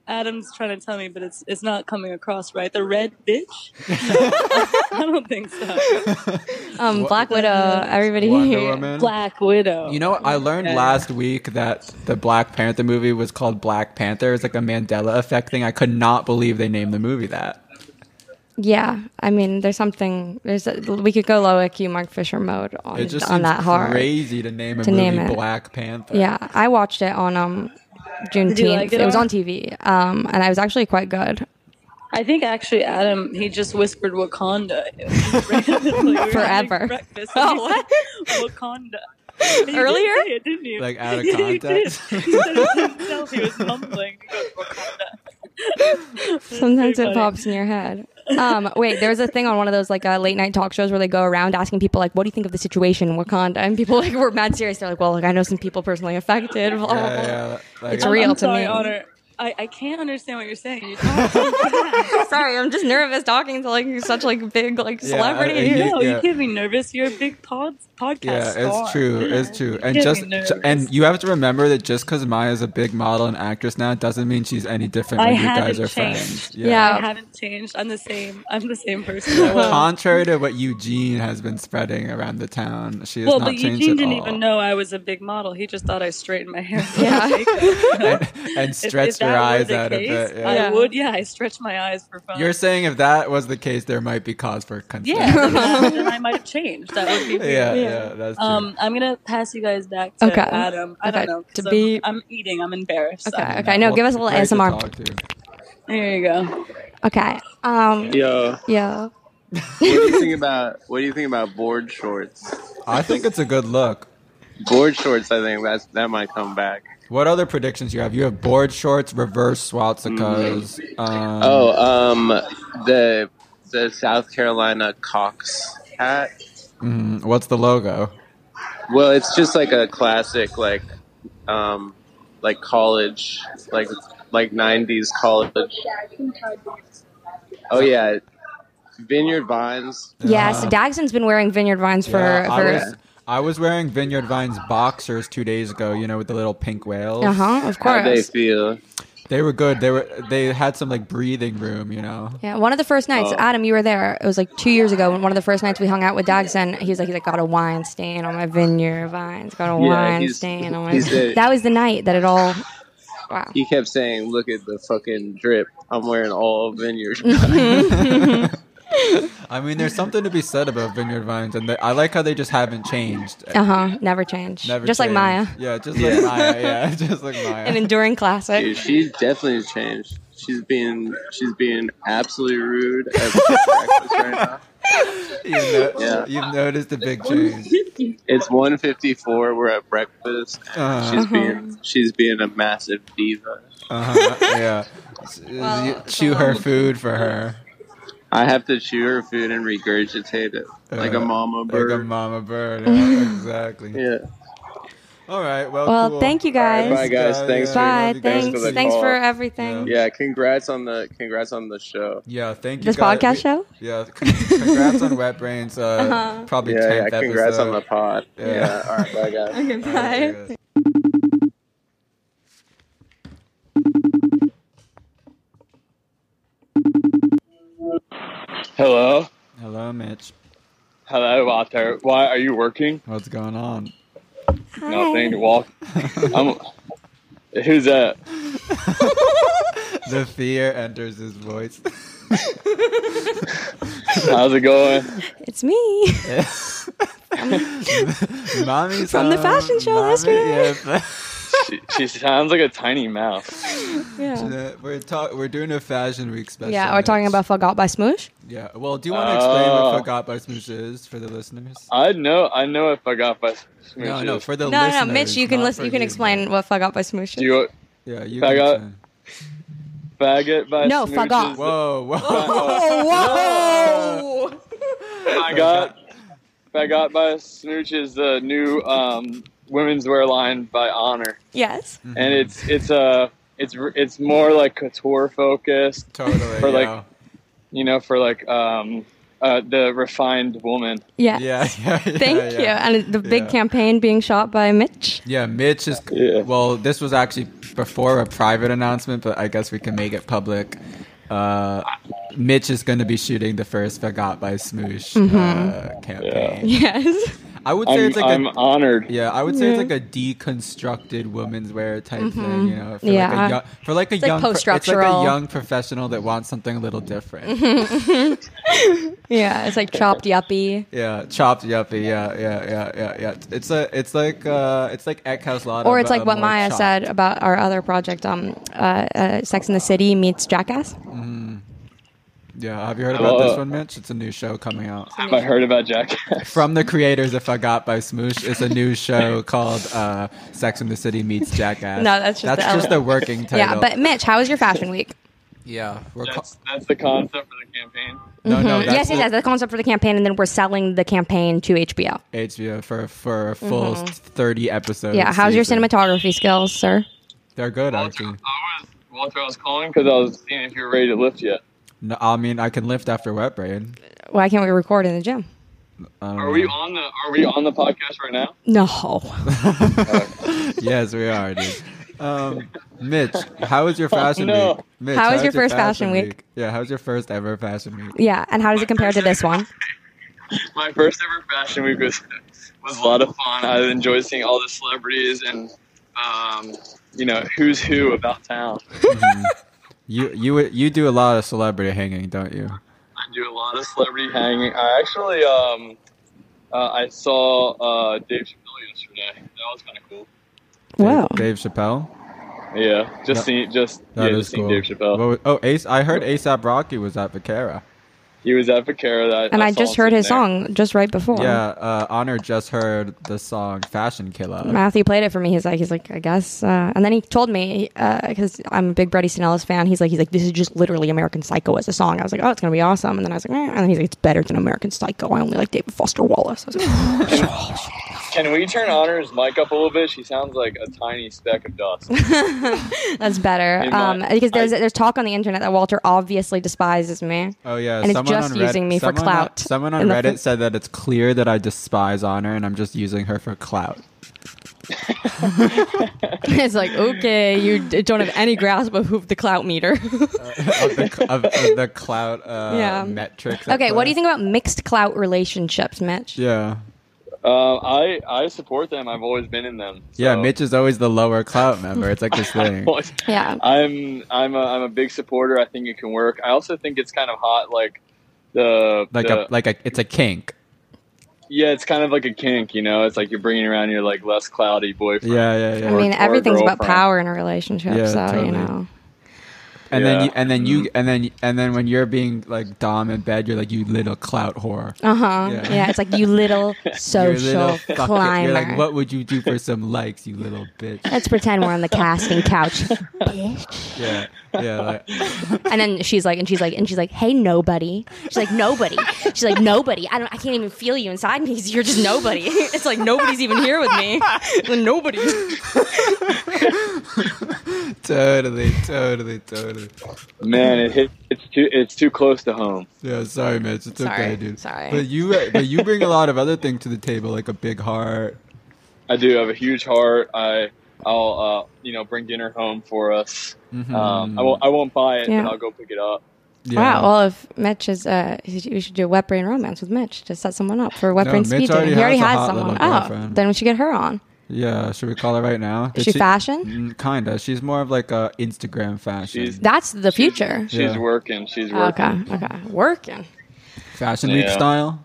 G: Adam's trying to tell me, but it's it's not coming across right. The red bitch? No, I don't think so.
D: Um,
A: Wha-
D: Black Widow. Everybody.
A: Wonder Woman.
G: Black Widow.
A: You know, what? I learned
G: Okay.
A: last week that the Black Panther movie was called Black Panther. It's like a Mandela effect thing. I could not believe they named the movie that.
D: Yeah. I mean, there's something. There's a, we could go low IQ Mark Fisher mode on
A: It just
D: on
A: seems
D: that hard.
A: crazy to name a
D: To
A: movie
D: name it.
A: Black Panther.
D: Yeah, I watched it on um
G: you
D: Juneteenth.
G: like
D: it,
G: it,
D: was
G: Emma?
D: on TV, um, and I was actually quite good
G: I think actually Adam he just whispered Wakanda Right? Like, we were having
D: Forever.
G: breakfast,
D: Oh,
G: and he
D: what?
G: said Wakanda. And you
D: Earlier?
G: did say it, didn't you?
A: Like, out of
G: Yeah, you
A: context?
G: did. He said it himself. He was mumbling. He goes, "Wakanda." It's
D: Sometimes
G: pretty
D: it
G: funny.
D: pops in your head. Um, wait, there was a thing on one of those like uh, late night talk shows where they go around asking people like, "What do you think of the situation in Wakanda?" And people like were mad serious. They're like, "Well, like I know some people personally affected." Blah, blah, blah.
A: Yeah, yeah, like-
D: It's real
G: I'm
D: to
G: sorry,
D: me.
G: Honor. I, I can't understand what you're saying. You talk-
D: Sorry, I'm just nervous talking to like such like big like
A: Yeah,
D: celebrity.
A: I- I-
G: no,
A: Yeah.
G: you can't be nervous. You're a big pod, podcast
A: Yeah,
G: star.
A: it's true. It's true. And
G: Get
A: just
G: me nervous.
A: and you have to remember that just because Maya's a big model and actress now doesn't mean she's any different
G: I
A: when you guys
G: haven't
A: are
G: changed.
A: friends.
D: Yeah.
G: I haven't changed. I'm the same. I'm the same person. I was.
A: Contrary to what Eugene has been spreading around the town, she has
G: well,
A: not
G: but
A: changed
G: Eugene
A: at
G: didn't
A: all.
G: even know I was a big model. He just thought I straightened my hair.
D: Yeah.
A: and, and
G: If-
A: stretched
G: if that
A: her
G: were
A: eyes
G: the
A: out
G: case,
A: a bit. Yeah.
G: I
D: Yeah.
G: would. Yeah, I stretched my eyes for fun.
A: You're saying if that was the case, there might be cause for concern.
G: yeah, then then I might have changed. That would be weird.
A: yeah, yeah, that's true.
G: Um, I'm gonna pass you guys back to
D: Okay.
G: Adam. I
D: Okay,
G: don't know. 'cause
D: to
G: I'm,
D: be-
G: I'm eating. I'm embarrassed.
D: Okay.
G: So.
D: no,
A: Well,
D: give us a little
A: great to
D: ASMR.
A: talk to.
G: There you go.
D: Okay. Um.
F: Yo,
D: Yeah.
F: what do you think about what do you think about board shorts?
A: I think it's a good look.
F: Board shorts, I think that's that might come back.
A: What other predictions you have? You have board shorts, reverse swastikas. Um,
F: Oh, um, the the South Carolina Cox hat.
A: mm, what's the logo?
F: Well, it's just like a classic, like, um, like college, like like '90s college. Oh yeah, Vineyard Vines.
D: Yes, Dagson's been wearing Vineyard Vines for
A: Ah. Yeah, I
D: for.
A: was I was wearing Vineyard Vines boxers two days ago. You know, with the little pink whales.
D: Uh huh. Of
F: How they
D: course.
F: feel?
A: They were good. They were they had some like breathing room. You know.
D: Yeah, one of the first nights,
F: Oh.
D: Adam, you were there. It was like two years ago. When one of the first nights we hung out with Dagson, he was like, he's like, got a wine stain on my vineyard vines, got a
F: Yeah,
D: wine
F: he's-
D: stain on my.
F: he's a-
D: that was the night that it all. Wow.
F: He kept saying, "Look at the fucking drip." I'm wearing all Vineyard Vines.
A: I mean, there's something to be said about Vineyard Vines, and they, I like how they just haven't changed.
D: Uh huh. Never changed.
A: Never
D: Just like
A: changed.
D: Maya,
A: Yeah, just like Maya. Yeah, just like Maya.
D: an enduring classic.
F: Dude, she's definitely changed. She's being she's being absolutely rude at breakfast right now.
A: You've, no-
F: Yeah.
A: you've noticed a big change.
F: It's 1:54. We're at breakfast.
A: Uh-huh.
F: She's being she's being a massive diva.
A: Uh-huh. Yeah. S- uh, you chew her food for her.
F: I have to chew her food and regurgitate it like
A: Uh,
F: a mama bird.
A: Like a mama bird. Yeah, exactly.
F: yeah.
A: All right. Well,
D: Well,
A: cool.
D: thank you guys.
F: All right, bye, guys. Thanks for-
D: Bye.
A: Love you guys.
D: Thanks.
F: Thanks for the
D: Thanks
F: call.
D: for everything.
F: Yeah. Congrats on the congrats on the show.
A: Yeah, thank you.
D: This
A: guys.
D: podcast show? Uh-huh.
A: Yeah, con- congrats on Wet Brains. Uh, Probably
F: Yeah.
A: 10th
F: yeah congrats
A: episode.
F: on the pod.
A: Yeah.
F: Yeah. All right. Bye, guys.
D: Bye.
H: Hello,
A: Hello, Mitch.
H: hello out there. Why are you working?
A: What's going on?
D: Hi.
H: Nothing to walk. I'm, who's that?
A: The fear enters his voice.
H: How's it going?
D: It's me.
A: Mommy's
D: From the
A: home.
D: fashion show
A: Mommy-
D: last year.
A: yeah.
H: She, she sounds like a tiny mouse.
D: yeah.
A: Uh, we're talk. We're doing a fashion week special.
D: Yeah, we're talking
A: Mitch.
D: about Forgot by Smoosh.
A: Yeah. Well, do you want to explain what
H: Oh.
A: "forgot by smoosh" is for the listeners?
H: I know. I know if I got by.
A: No, no, for the
D: No, no,
A: listeners.
D: no, Mitch, you
A: not
D: can
A: for
D: listen. You can explain what Forgot by Smoosh is.
H: Do you,
A: Yeah, you
H: I
A: can.
H: got-
A: explain.
H: Faggot by
D: No,
H: Smooches
D: fuck off.
A: Whoa, whoa.
D: Oh, whoa!
H: Faggot. Faggot by Snooch is the new um, women's wear line by Honor,
D: yes.
A: Mm-hmm.
H: and it's it's uh, it's r- it's more like couture focused,
A: Totally.
H: Or, like,
A: yo.
H: you know, for like um, uh, the refined woman.
D: Yes.
A: yeah, yeah, yeah,
D: Thank
A: yeah.
D: you. And the big
A: Yeah.
D: campaign being shot by Mitch.
A: Yeah, Mitch is.
H: Yeah.
A: Well, this was actually before a private announcement, but I guess we can make it public. Uh, Mitch is going to be shooting the first "Forgot by Smoosh"
D: Mm-hmm.
A: uh, campaign.
D: Yes.
A: I would say
H: I'm,
A: it's like
H: I'm
A: a
H: honored.
A: yeah, I would say it's like a deconstructed women's wear type thing. You know, for like
D: Mm-hmm. Yeah.
A: a young, for like a
D: like
A: young, pro- it's like a
D: post-structural. Mm-hmm.
A: young professional that wants something a little different.
D: Yeah, it's like chopped yuppie.
A: Yeah, chopped yuppie. Yeah, yeah, yeah, yeah, yeah. It's a, it's like, uh, it's like Eckhouse Lotto.
D: Or it's
A: but
D: like
A: a
D: what
A: more
D: Maya
A: chopped.
D: said about our other project, um, uh, uh, Sex in the City meets Jackass.
A: Yeah, have you heard about
H: Uh,
A: this one, Mitch? It's a new show coming out
H: Have I heard about Jackass?
A: from the creators of Forgot by Smoosh. It's a new show called uh, Sex in the City meets Jackass.
D: No, that's just
A: that's
D: the-
A: just the working title.
D: Yeah, but Mitch, how was your fashion week?
A: yeah, we're ca-
H: That's, that's the concept for the campaign.
A: no, Oh, no. That's
D: Mm-hmm. yes, yes,
A: the-
D: yes. The concept for the campaign, and then we're selling the campaign to HBO.
A: HBO for for a full thirty episodes.
D: Mm-hmm. Yeah. How's your
A: season.
D: cinematography skills, sir?
A: They're good,
H: Walter, I
A: actually.
H: was Walter. I was calling because I was seeing if you were ready to lift yet.
A: No, I mean, I can lift after wet brain.
D: Why can't we record in the gym?
A: I don't
H: Are we
A: know.
H: on the Are we on the podcast right now?
D: No.
A: yes, we are, dude. Um, Mitch, how was your fashion
H: no.
A: week? Mitch,
D: How was your first fashion week?
A: Yeah, how was your first ever fashion week?
D: Yeah. And how does it compare to this one?
H: My first ever fashion week was was a lot of fun. I enjoyed seeing all the celebrities and um, you know who's who about town.
A: You you you do a lot of celebrity hanging, don't you?
H: I do a lot of celebrity hanging. I actually um, uh, I saw uh, Dave Chappelle yesterday. That was kind of cool.
D: Whoa.
A: Dave, Dave Chappelle.
H: Yeah, just
A: That-
H: seeing just
A: That is
H: yeah, just seeing Dave Chappelle.
A: What was- oh, Ace, I heard ASAP Rocky was at Vaquera.
H: he was at Vaquero. That
D: And I,
H: saw
D: just
H: him
D: heard his
H: sitting there.
D: song just right before.
A: Yeah, uh, Honor just heard the song "Fashion Killer."
D: Matthew played it for me. He's like, he's like, I guess. Uh, and then he told me because I'm a big Brady Sinellis fan. He's like, he's like, this is just literally American Psycho as a song. I was like, oh, it's gonna be awesome. And then I was like, eh. and then he's like, it's better than American Psycho. I only like David Foster Wallace. I was like,
H: Can we turn Honor's mic up a little bit? She sounds like a tiny speck of dust.
D: That's better.
H: Hey,
D: Um,
H: Mike,
D: because there's
H: I-
D: there's talk on the internet that Walter obviously despises me.
A: Oh yeah,
D: And it's
A: someone
D: just
A: on Reddit,
D: using me for
A: someone on-
D: clout.
A: someone on
D: In the
A: Reddit
D: fir-
A: said that it's clear that I despise Honor, and I'm just using her for clout.
D: it's like, okay, you d- don't have any grasp of who the clout meter.
A: of, the, of, of the clout uh,
D: Yeah.
A: metrics.
D: okay, what do you think about mixed clout relationships, Mitch?
A: Yeah,
H: Um, I I support them. I've always been in them. So
A: yeah. Mitch is always the lower clout member. It's like this thing.
H: Always-
D: Yeah.
H: Uh, I'm I'm a, I'm a big supporter. I think it can work. I also think it's kind of hot, like the
A: Like
H: the-
A: a like a it's a kink.
H: yeah. It's kind of like a kink, you know. It's like you're bringing around your like less cloudy boyfriend.
A: Yeah, yeah,
D: I
A: yeah.
H: Or-
D: mean,
H: or
D: everything's about
H: girlfriend.
D: power in a relationship,
A: Yeah,
D: so
A: totally.
D: you know.
A: And then you,
H: Yeah. Mm-hmm.
A: and then you and then and then when you're being like dom in bed, you're like you little clout whore.
D: Uh huh.
A: Yeah.
D: Yeah. it's like you little
A: You're a little
D: social
A: fucking-
D: climber.
A: You're like, what would you do for some likes, you little bitch?
D: Let's pretend we're on the casting couch,
A: Yeah, yeah. Like,
D: and then she's like, and she's like, and she's like, hey, nobody. She's like, nobody. She's like, nobody. I don't. I can't even feel you inside me because you're just nobody. It's like nobody's even here with me. nobody.
A: totally, totally, totally.
H: Man, it hit. It's too it's too close to home.
A: Yeah, sorry, Mitch. It's okay,
D: Sorry,
A: dude.
D: sorry.
A: But you, uh, but you bring a lot of other things to the table, like a big heart.
H: I do have a huge heart. I I'll uh, you know bring dinner home for us. Um, I won't I won't buy it, but
D: Yeah.
H: I'll go pick it up.
A: Mm-hmm. Yeah.
D: Wow. Well, if Mitch is, uh, we should do a wet brain romance with Mitch to set someone up for a wet
A: No,
D: brain
A: Mitch
D: speed dating.
A: already
D: he already
A: has a
D: has
A: hot
D: someone.
A: little
D: Oh,
A: girlfriend.
D: then we should get her on.
A: Yeah, should we call her right now? Did
D: she fashion?
A: Mm, Kinda. She's more of like a Instagram fashion.
H: She's-
D: That's the future.
H: She's
A: Yeah.
H: working. She's working.
D: Okay. Okay. Working.
A: fashion week
H: Yeah.
A: style.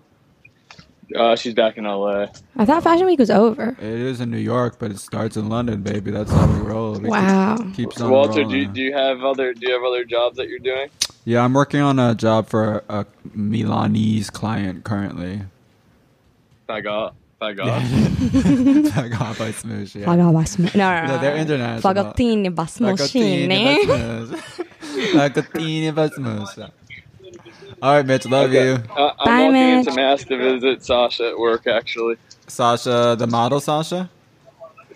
H: Uh, she's back in LA.
D: I thought Fashion Week was over.
A: It is in New York, but it starts in London, baby. That's how we roll. We keep-
D: Wow.
A: keeps on
H: Walter, do you,
A: rolling.
H: do you have other do you have other jobs that you're doing?
A: yeah, I'm working on a job for a, a Milanese client currently.
H: I got I got.
A: I got by Smoosh. Yeah.
D: Fagabassmo- No, no, no.
A: No, they're international.
D: Fagatini Basmoshini.
A: Fagatini, that's like a teeny of a smooth. All right, Mitch, love
H: Okay.
A: you.
H: I- Uh, I'm
D: Bye,
H: walking into
D: Mitch.
H: Mass to visit Sasha at work, actually.
A: Sasha, the model Sasha?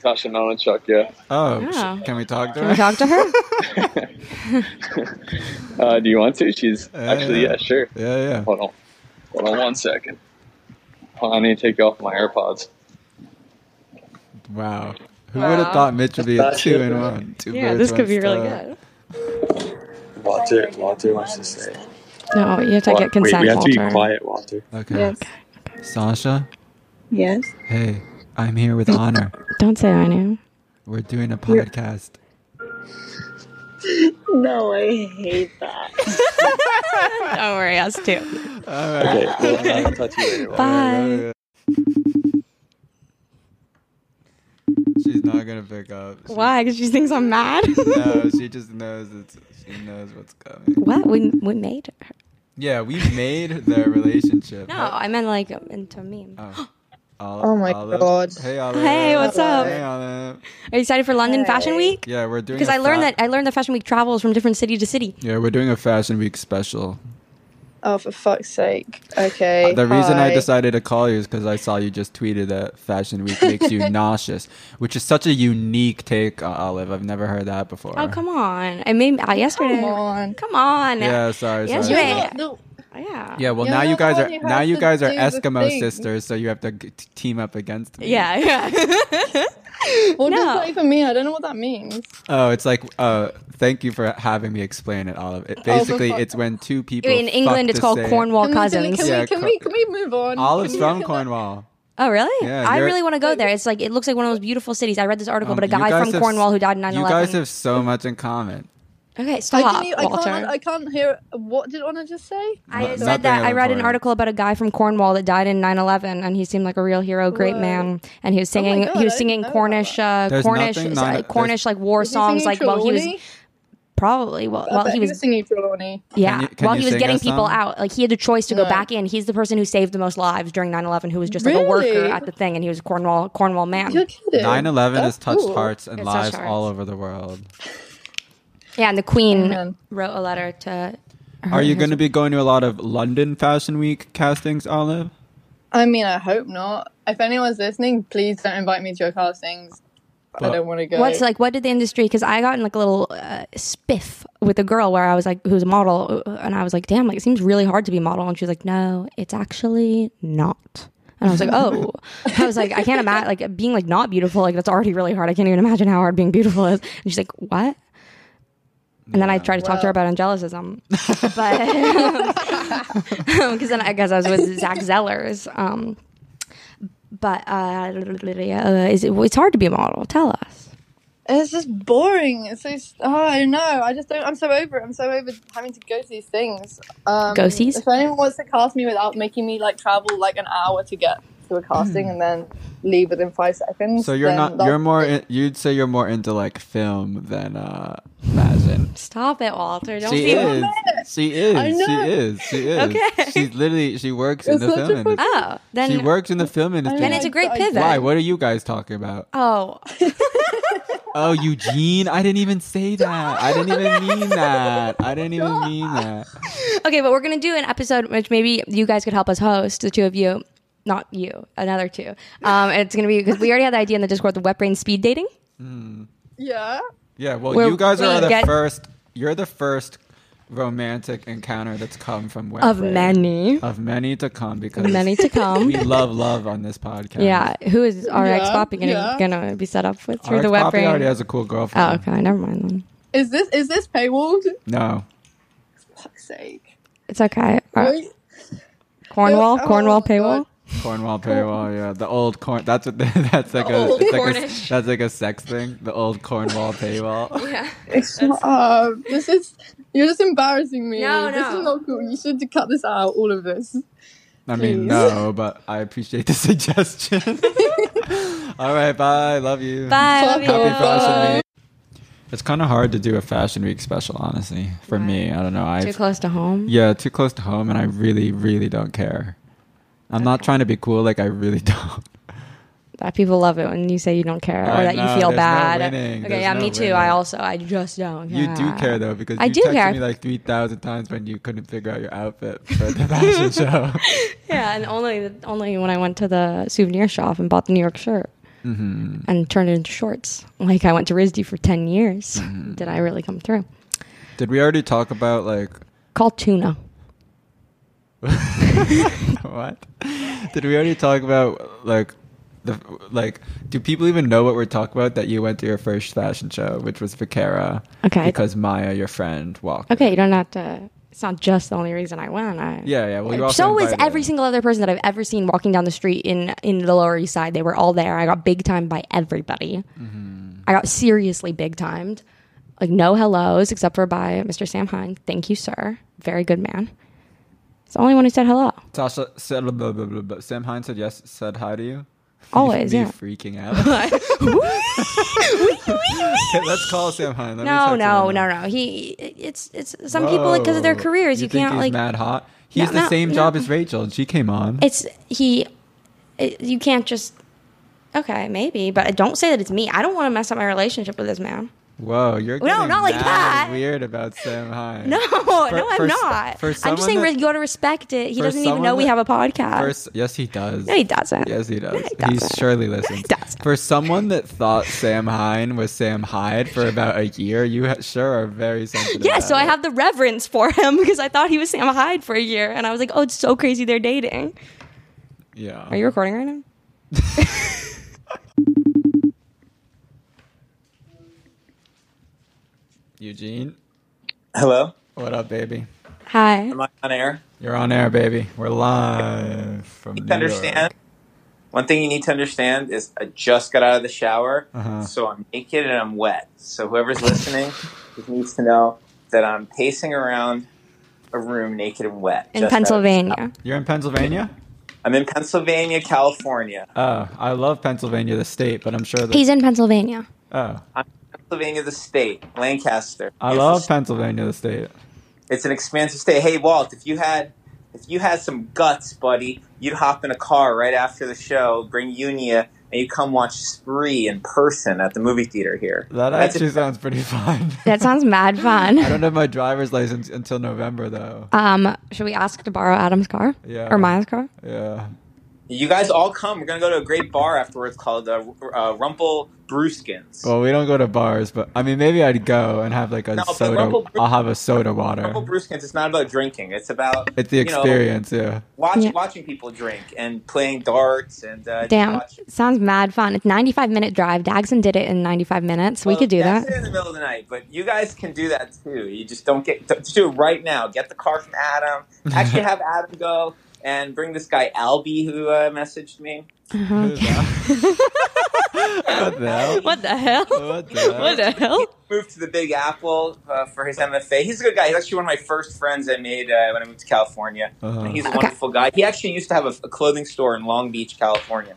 H: Sasha Melanchuk, yeah.
A: Oh,
D: Oh.
A: sh- can we talk to
D: Can
A: her?
D: we talk to her?
H: Uh, do you want to? She's actually, yeah, sure.
A: Yeah, yeah.
H: Hold on. Hold on one second. Hold on, I need to take off my AirPods.
A: Wow. Who would have thought Mitch would be a two in one? Two
D: Yeah,
A: birds,
D: this could
A: one
D: be really
A: stone.
D: good.
I: Walter, Walter wants to say.
D: No, you have to get
I: Wait,
D: consent.
I: we have to be
D: Walter.
I: quiet, Walter.
A: Okay.
C: Yes.
A: Sasha,
C: Yes.
A: hey, I'm here with Honor.
D: Don't say I knew.
A: We're doing a podcast.
C: No, I hate that.
D: Don't worry, us too.
A: All right.
I: Okay, well, I'll talk to you later. Walter.
D: Bye.
A: She's not gonna pick up. She-
D: Why? Because she thinks I'm mad.
A: No, she just knows it's. She knows what's coming.
D: what? We we made her.
A: Yeah, we made their relationship.
D: No, I meant like into a meme.
A: Oh, Ol-
J: Oh my
A: Olive.
J: God.
A: Hey Olive.
D: Hey, what's up?
A: Hey Olive.
D: Are you excited for London Fashion Week?
A: Yeah, we're doing.
D: Because
A: a
D: I learned
A: fa-
D: that I learned that Fashion Week travels from different city to city. Oh,
A: Yeah, we're doing a fashion week special.
J: Oh, for fuck's sake. Okay.
A: The reason I
J: hi.
A: decided to call you is because I saw you just tweeted that Fashion Week makes you nauseous, which is such a unique take, uh, Olive. I've never heard that before.
D: Oh come on! I made uh, yesterday.
J: Come on.
D: Come on.
A: Yeah, sorry.
D: Yes,
A: sorry.
D: you may.
C: No,
D: Yeah.
A: Yeah, well
J: You're
A: now you
J: not
A: guys
J: the
A: are
J: one who
A: now
J: has
A: you
J: to
A: guys are
J: do the
A: Eskimo
J: thing.
A: sisters, so you have to g- t- team up against me.
D: Yeah. yeah.
C: what
D: does
C: does
D: No. that
C: that even mean? I don't know what that means.
A: Oh, it's like uh, thank you for having me explain it, Olive.
J: Oh,
A: It, basically,
C: fuck.
A: it's when two people
D: In
A: fuck
D: England,
A: the
D: it's called
A: same-
D: Cornwall cousins.
C: Can,
A: Yeah,
C: we, can,
A: co-
C: we, can we move on?
A: Olive's
C: Can
A: from
C: we-
A: Cornwall.
D: Oh really?
A: Yeah,
D: I
A: you're-
D: really want to go there. It's like it looks like one of those beautiful cities. I read this article
A: Um,
D: about a
A: you
D: guy
A: guys
D: from
A: have
D: Cornwall who died in
A: s-
D: 9/11.
A: You guys have so much in common.
D: okay,
C: I,
D: stop,
C: didn't, e- I,
D: Walter.
C: can't, I can't hear. What did Anna just say?
D: I
A: But
D: said
A: nothing
D: that
A: of
D: I read an
A: importance.
D: article about a guy from Cornwall that died in 9/11, and he seemed like a real hero, great
C: Whoa.
D: man. And he was singing,
C: Oh God,
D: he was
C: I
D: singing
C: didn't know
D: Cornish, uh,
A: There's
D: Cornish,
A: nothing
D: uh,
A: nine- there's-
D: Cornish like war
C: Was he
D: songs.
C: singing
D: Like while he was
C: Trelawney?
D: probably well,
C: I
D: while
C: bet
D: he was
C: singing Trelawney.
D: yeah,
A: you- can
D: while
A: you
D: he was
A: sing
D: getting
A: us
D: people
A: some?
D: out, like he had the choice to go
C: No.
D: back in. He's the person who saved the most lives during 9/11, who was just like a worker
C: Really?
D: at the thing, and he was a Cornwall Cornwall man.
C: You're kidding.
A: 9 11 has
C: That's
A: touched
C: cool.
A: hearts and
D: It's touched
A: lives
D: hearts.
A: all over the world.
D: Yeah, and the Queen
C: Amen.
D: wrote a letter to.
C: Uh-huh,
A: Are you going to be going to a lot of London Fashion Week castings, Olive?
C: I mean, I hope not. If anyone's listening, please don't invite me to your castings. I
A: But-
C: don't want to go.
D: What's like? What did the industry? Because I got in like a little uh, spiff with a girl where I was like, who's a model, uh, and I was like, damn, like it seems really hard to be a model, and she was like, no, it's actually not. And I was like, oh, I was like, I can't imagine like being like not beautiful. Like that's already really hard. I can't even imagine how hard being beautiful is. And she's like, what? And then I tried to talk to her about angelicism, but because then I guess I was with Zach Zeller's. Um, but uh, is it, it's hard to be a model. Tell us.
C: It's just boring. It's so. s- Oh, I don't know. I just don't. I'm so over it. I'm so over having to go to these things. Um,
D: Ghosties?
C: If anyone wants to cast me without making me like travel like an hour to get to a
D: Mm.
C: casting and then leave within five seconds,
A: So you're
C: then
A: not
C: that-
A: you're more in, you'd say you're more into like film than uh fashion.
D: Stop it, Walter. Don't
A: She
D: be
A: is. She is.
C: I
A: She
C: know.
A: is. She is.
D: Okay.
A: She's literally she works in
C: It's
A: the
C: such a
A: film industry.
D: Oh, then
A: she works in the film industry.
D: then it's a great
C: I-
D: pivot.
A: Why? What are you guys talking about?
D: Oh,
A: Oh, Eugene! I didn't even say that. I didn't even mean that. I didn't even mean that.
D: okay, but we're gonna do an episode which maybe you guys could help us host. The two of you, not you, another two. Um, it's gonna be because we already had the idea in the Discord, the wet brain speed dating.
C: Yeah.
A: Yeah. Well,
D: Well,
A: you guys
D: we
A: are the
D: get-
A: first. You're the first romantic encounter that's come from Wet
D: Of
A: Brain.
D: many,
A: of many to come because
D: many to come.
A: we love love on this podcast.
D: yeah, who is RX Poppy gonna,
C: yeah.
D: gonna be set up with through
A: Our
D: the wet
A: Poppy
D: brain?
A: already has a cool girlfriend.
D: oh, okay, never mind then.
C: Is this is this paywalled?
A: No,
C: Fuck's sake.
D: It's okay. Uh,
C: Wait.
D: Cornwall,
C: Oh,
D: Cornwall
C: God.
D: paywall.
A: Cornwall paywall. Yeah, the old corn. That's what. That's like a.
D: old
A: It's like a
D: Cornish.
A: that's like a sex thing. The old Cornwall paywall.
D: Yeah.
C: Shut up. um, This is you're just embarrassing me.
D: No,
C: This
D: no.
C: is not cool. You should cut this out, all of this.
A: I mean,
C: Jeez.
A: no, but I appreciate the suggestion. All right, bye. Love you.
D: Bye.
C: Fuck
D: love you.
C: off.
A: Happy
C: Bye.
A: Fashion Week. It's kind of hard to do a Fashion Week special, honestly. For me, I don't know. I
D: Too close to home.
A: yeah, too close to home, and I really, really don't care. I'm not trying to be cool. Like I really don't.
D: That people love it when you say you don't care or
A: I
D: that
A: know,
D: you feel
A: there's no
D: bad.
A: winning.
D: Okay,
A: There's
D: yeah,
A: no
D: me too.
A: winning.
D: I also I just don't. Care.
A: You do care though because
D: I
A: you
D: do
A: texted
D: care.
A: me like three thousand times when you couldn't figure out your outfit for the fashion show.
D: Yeah, and only only when I went to the souvenir shop and bought the New York shirt
A: Mm-hmm.
D: and turned it into shorts. Like I went to RISD for ten years.
A: Mm-hmm.
D: Did I really come through?
A: Did we already talk about like
D: Call tuna.
A: what? Did we already talk about like the like? Do people even know what we're talking about? That you went to your first fashion show, which was Vaquera.
D: Okay.
A: Because Maya, your friend, walked.
D: Okay, you don't have to. It's not just the only reason I went. I,
A: Yeah, yeah. Well, you also
D: so was
A: invited
D: every
A: her.
D: single other person that I've ever seen walking down the street in in the Lower East Side. They were all there. I got big timed by everybody.
A: Mm-hmm.
D: I got seriously big timed. Like no hellos except for by Mr. Sam Hine. Thank you, sir. Very good man. It's the only one who said hello.
A: Sasha said blah, blah, blah, blah, blah. Sam Hines said yes. Said hi to you.
D: Always,
A: Me
D: yeah.
A: Freaking out. Let's call Sam Hines. Let me
D: No,
A: text him
D: no,
A: right
D: no,
A: now.
D: no. He, it's, it's some people because of their
A: Whoa.
D: careers. You,
A: think
D: can't
A: he's
D: like.
A: mad hot. He's
D: No,
A: the
D: no,
A: same
D: no.
A: job as Rachel, and she came on.
D: It's he. It, you can't just. Okay, maybe, but don't say that it's me. I don't want to mess up my relationship with this man.
A: Whoa, you're
D: No,
A: getting
D: not like
A: mad
D: that.
A: Weird about Sam Hines.
D: No, no, I'm
A: for s-
D: not.
A: for
D: I'm just
A: someone
D: saying
A: that-
D: you got to respect it. He
A: for
D: doesn't even
A: someone
D: know we
A: that-
D: have a podcast.
A: First, yes, he does.
D: no, he doesn't.
A: Yes, he does.
D: No, he
A: he
D: doesn't.
A: surely listens.
D: doesn't.
A: For someone that thought Sam Hine was Sam Hyde for about a year, you ha- sure are very sensitive.
D: Yeah, so
A: about
D: I
A: it.
D: have the reverence for him because I thought he was Sam Hyde for a year, and I was like, "Oh, it's so crazy they're dating."
A: Yeah.
D: Are you recording right now?
A: Eugene?
H: Hello?
A: What up, baby?
D: Hi.
H: Am I on air?
A: You're on air, baby. We're live from
H: You
A: New
H: need to understand. One thing you need to understand is I just got out of the shower,
A: Uh-huh.
H: so I'm naked and I'm wet. So whoever's listening just needs to know that I'm pacing around a room naked and wet.
D: In
H: just out of the shower.
D: Pennsylvania.
A: York. You're in Pennsylvania.
H: I'm in Pennsylvania, California.
A: Oh, I love Pennsylvania, the state, but I'm sure that
D: He's in Pennsylvania.
A: oh,
H: Pennsylvania, the state, Lancaster.
A: I
H: It's
A: love
H: a-
A: Pennsylvania, the state.
H: It's an expansive state. Hey, Walt, if you had if you had some guts, buddy, you'd hop in a car right after the show, bring Unia, and you come watch Spree in person at the movie theater here.
A: That
H: That's
A: actually sounds pretty fun.
D: That sounds mad
A: I
D: fun.
A: don't have my driver's license until November, though.
D: Um, should we ask to borrow Adam's car?
A: Yeah.
D: Or Maya's car?
A: Yeah.
H: You guys all come. We're gonna go to a great bar afterwards called uh, uh, Rumple Brewskins.
A: Well, we don't go to bars, but I mean, maybe I'd go and have like a
H: No, but
A: soda.
H: Rumble Brew-
A: I'll have a soda water.
H: Rumple Brewskins. It's not about drinking. It's about
A: it's the
H: you know,
A: experience, yeah.
H: watch,
D: Yeah.
H: watching people drink and playing darts and uh,
D: Damn,
H: Watch,
D: sounds mad fun. It's 95 minute drive. Dagson did it in 95 minutes. We
H: Well,
D: could do
H: that's
D: that.
H: it in the middle of the night, but you guys can do that too. You just don't get just do it right now. Get the car from Adam. Actually, have Adam go and bring this guy Albie who uh, messaged me.
A: What the hell?
D: Uh-huh. What the hell?
A: What the hell?
D: What the hell?
H: Moved to the Big Apple uh, for his MFA. He's a good guy. He's actually one of my first friends I made uh, when I moved to California.
A: Uh-huh.
H: And he's a
D: Okay.
H: wonderful guy. He actually used to have a, a clothing store in Long Beach, California.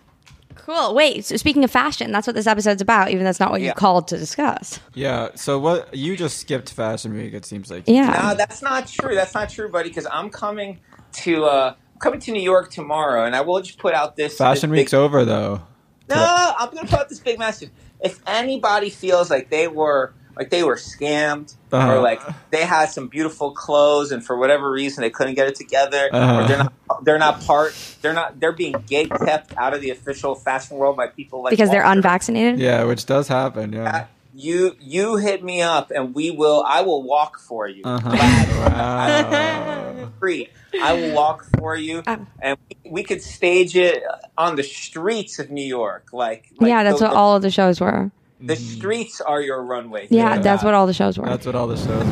D: Cool. Wait, so speaking of fashion, that's what this episode's about, even though that's not what you
H: Yeah.
D: called to discuss.
A: Yeah. So what? You just skipped Fashion Week. It seems like.
H: No,
D: Yeah.
H: Ah, that's not true. That's not true, buddy. Because I'm coming to uh, I'm coming to New York tomorrow, and I will just put out this
A: Fashion
H: this big-
A: Week's over though.
H: No, I'm gonna put out this big message. If anybody feels like they were like they were scammed,
A: Uh-huh.
H: or like they had some beautiful clothes and for whatever reason they couldn't get it together,
A: Uh-huh.
H: or they're not they're not part they're not they're being gate kept out of the official fashion world by people like
D: Because they're
H: Walter.
D: unvaccinated?
A: Yeah, which does happen. Yeah.
H: Uh, You you hit me up and we will I will walk for you.
A: Uh-huh.
H: Glad.
A: Wow.
H: Free. I will walk for you,
D: Um.
H: and we, we could stage it on the streets of New York. Like, like
D: yeah, that's
H: the-
D: what all of the shows were.
H: The streets are your runway.
D: Yeah,
A: Yeah.
D: that's what all the shows were.
A: Mm, That's what all the shows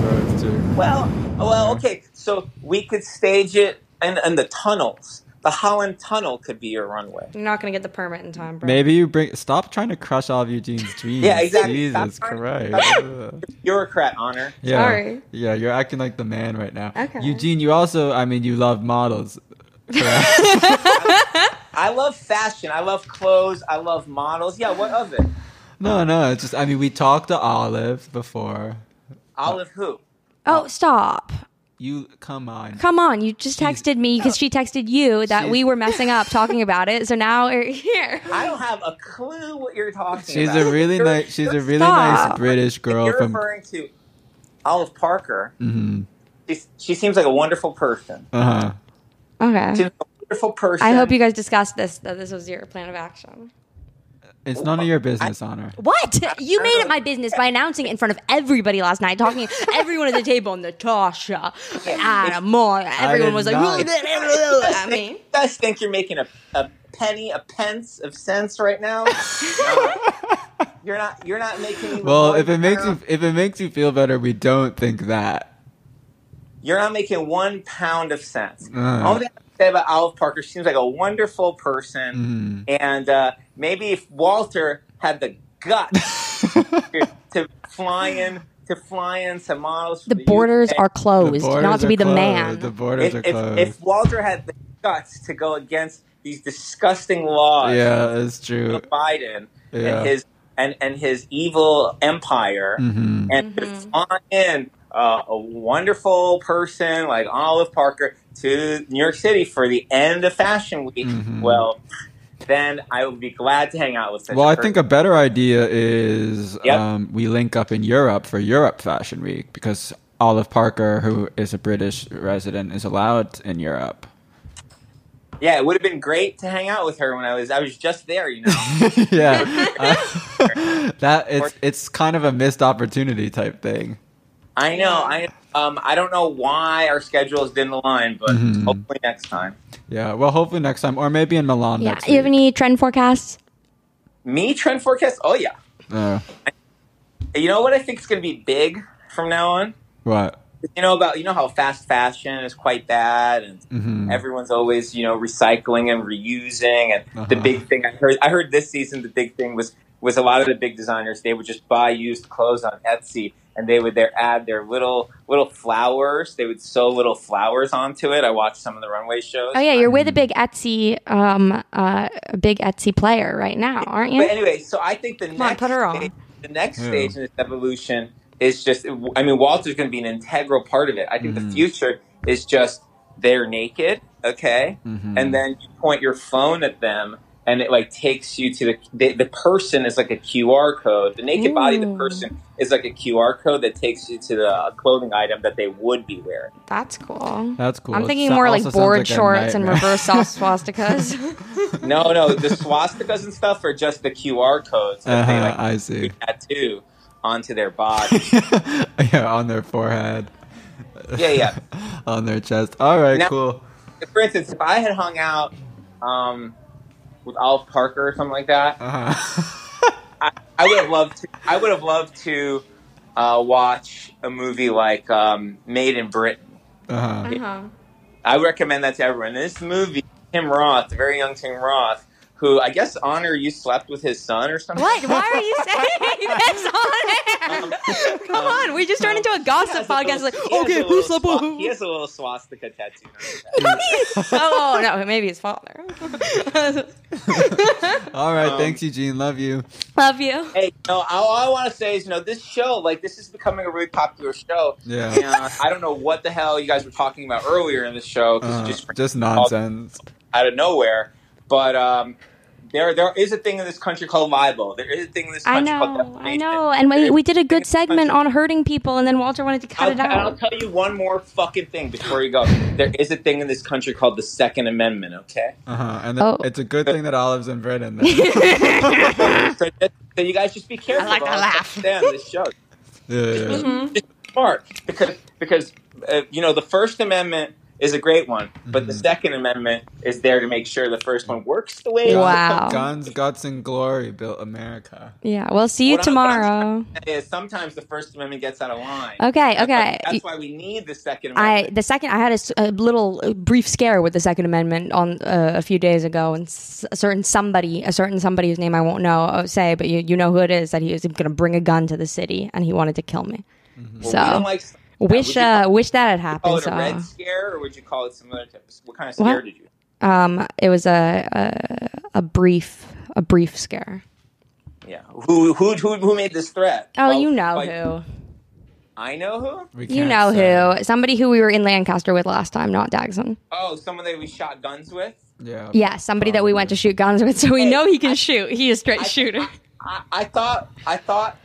A: were too.
H: Well, well, okay. So we could stage it, and and the tunnels, the Holland Tunnel could be your runway.
D: You're not going to get the permit in time, bro.
A: Maybe you bring. Stop trying to crush all of Eugene's dreams.
H: Yeah, exactly. Stop
A: Jesus
H: trying-
A: Christ.
H: Bureaucrat honor.
A: Yeah.
D: Sorry.
A: Yeah, you're acting like the man right now.
D: Okay.
A: Eugene, you also, I mean, you love models. correct?
H: I love fashion. I love clothes. I love models. Yeah, what of it?
A: no, no, it's just, I mean, we talked to Olive before.
H: Olive who?
D: Oh, stop.
A: You come on.
D: Come on, you just texted me because she texted you that
A: She's-
D: we were messing up talking about it. So now we're here.
K: I don't have a clue what you're talking
A: She's
K: about.
A: a really
K: You're-
A: nice. She's a really
D: Stop.
A: nice British girl
K: You're
A: from.
K: referring to Olive Parker.
A: Mm-hmm.
K: She, she seems like a wonderful person.
A: Uh huh.
D: Okay.
K: Seems like a wonderful person.
D: I hope you guys discussed this. That this was your plan of action.
A: It's none of your business, Honor.
D: What? You made it my business by announcing it in front of everybody last night, talking to everyone at the table, Natasha, Anna, Moore. Everyone
A: did
D: was like,
A: not.
D: I mean,
K: You guys think you're making a, a penny, a pence of sense right now? No. you're not. You're not making. me look
A: Well,
K: one
A: if it makes you
K: pound-
A: if it makes you feel better, we don't think that.
K: you're not making one pound of sense.
A: Uh.
K: Only thing I have to say about Olive Parker, she seems like a wonderful person,
A: Mhm.
K: and uh, maybe if Walter had the guts to fly in to fly in some models, from
D: the borders
K: UK,
D: are closed,
A: borders
D: Oh, not to
A: are
D: be the
A: closed.
D: man.
A: The borders
K: If,
A: are
K: if,
A: closed.
K: if Walter had the guts to go against these disgusting laws,
A: yeah, that's true.
K: of Biden
A: Yeah.
K: and his and, and his evil empire,
A: Mm-hmm.
K: and to fly in uh, a wonderful person like Olive Parker to New York City for the end of Fashion Week,
A: Mhm.
K: well, then I would be glad to hang out with such
A: Well,
K: a
A: I
K: person.
A: think a better idea is
K: Yep.
A: um, we link up in Europe for Europe Fashion Week because Olive Parker, who is a British resident, is allowed in Europe.
K: yeah, it would have been great to hang out with her when I was I was just there, you know.
A: yeah, Uh, that it's it's kind of a missed opportunity type thing.
K: I know. I um I don't know why our schedules didn't align, but
A: Mhm.
K: hopefully next time.
A: Yeah. Well, hopefully next time, or maybe in Milan
D: yeah.
A: next
D: You have
A: week.
D: any trend forecasts?
K: Me trend forecast? Oh yeah.
A: Uh,
K: You know what I think is going to be big from now on?
A: what?
K: you know about you know how fast fashion is quite bad and
A: Mhm.
K: everyone's always you know recycling and reusing and the
A: Uh-huh.
K: big thing i heard i heard this season the big thing was was a lot of the big designers they would just buy used clothes on etsy and they would there add their little little flowers they would sew little flowers onto it i watched some of the runway shows
D: Oh yeah, you're with a big Etsy, um, uh, a big Etsy player right now, aren't you?
K: But anyway, so I think the
D: on,
K: next
D: put her on.
K: stage, the next
A: Yeah.
K: stage in this evolution is just. I mean, Walter's going to be an integral part of it. I think
A: Mhm.
K: the future is just they're naked, okay,
A: Mhm.
K: and then you point your phone at them, and it like takes you to the the, the person is like a QR code. The naked body, of the
D: Ooh.
K: person is like a QR code that takes you to the uh, clothing item that they would be wearing.
D: That's cool.
A: That's cool.
D: I'm
A: It
D: thinking
A: so-
D: more
A: also
D: like
A: sounds
D: board
A: like a
D: shorts and
A: nightmare.
D: reverse swastikas.
K: No, no, the swastikas and stuff are just the QR codes that they
A: Uh-huh,
K: like
A: I see.
K: tattoo onto their body.
A: yeah, on their forehead.
K: Yeah, yeah.
A: on their chest. All right,
K: Now-
A: cool.
K: for instance, if I had hung out um, with Olive Parker or something like that,
A: Uh-huh.
K: I, I would have loved to. I would have loved to uh, watch a movie like um, Made in Britain.
A: uh-huh.
K: I recommend that to everyone. This movie, Tim Roth, the very young Tim Roth, who I guess Honor you slept with his son or something.
D: What? Why are you saying this on
K: Um,
D: air? Come on, we just turned into a
K: he
D: gossip
K: has a
D: podcast.
K: little-
D: Like,
K: he has
D: okay,
K: a
D: who's
K: little
D: the
K: swa-
D: boo?
K: He has a little swastika tattoo. on his back.
D: Oh, oh, no, maybe his father.
A: All right,
K: Um,
A: thanks Eugene. Love you.
D: Love you.
K: Hey, no, all, all I want to say is, you know, this show, like, this is becoming a really popular show.
A: Yeah.
K: And uh, I don't know what the hell you guys were talking about earlier in the show because
A: Uh,
K: just,
A: just,
K: just
A: nonsense.
K: out of nowhere. But um, there, there is a thing in this country called libel. There is a thing in this
D: I
K: country called
D: know, I
K: defamation.
D: know. And we, we did a good segment on hurting people, and then Walter wanted to cut
K: I'll,
D: it
K: and I'll
D: out.
K: tell you one more fucking thing before you go. There is a thing in this country called the Second Amendment. Okay,
A: Uh-huh. And then
D: Oh.
A: it's a good thing that Olive's in Britain. then.
D: I
K: so, just, so you guys just be careful.
D: like to
K: about
D: laugh.
K: understand this show.
A: yeah, yeah,
D: Mm-hmm.
A: yeah.
K: smart because because uh, you know the First Amendment is a great one, but the
A: Mhm.
K: Second Amendment is there to make sure the first one works the way.
A: Guns-
D: Wow.
A: Guns, guts, and glory built America.
D: Yeah, we'll see you
K: What I'm- what I'm
D: tomorrow.
K: It is. Sometimes the First Amendment gets out of line.
D: Okay,
K: That's why-
D: okay.
K: That's why we need the Second
D: I
K: Amendment.
D: the second I had a s- a, little uh, brief scare with the Second Amendment on uh, a few days ago, and s- a certain somebody, a certain somebody whose name I won't know uh, say, but you you know who it is that he is going to bring a gun to the city, and he wanted to kill me.
K: Well,
D: so
K: we don't like.
D: wish
K: would you
D: uh, wish that had happened.
K: Call it a
D: So uh,
K: red scare, or would you call it some other type? of- What kind of scare
D: What?
K: did you?
D: um, it was a, a a brief a brief scare.
K: Yeah. Who who who, who made this threat?
D: Oh,
K: Well,
D: you know
K: like,
D: who?
K: I know who?
A: We
D: You
A: can't
D: know
A: say.
D: who? Somebody who we were in Lancaster with last time, not Dagson.
K: Oh, someone that we shot guns with.
A: Yeah.
D: Yeah, somebody that we went to shoot guns with, so we
K: Hey,
D: know he can shoot. He is straight
K: I-
D: shooter.
K: I, I thought I thought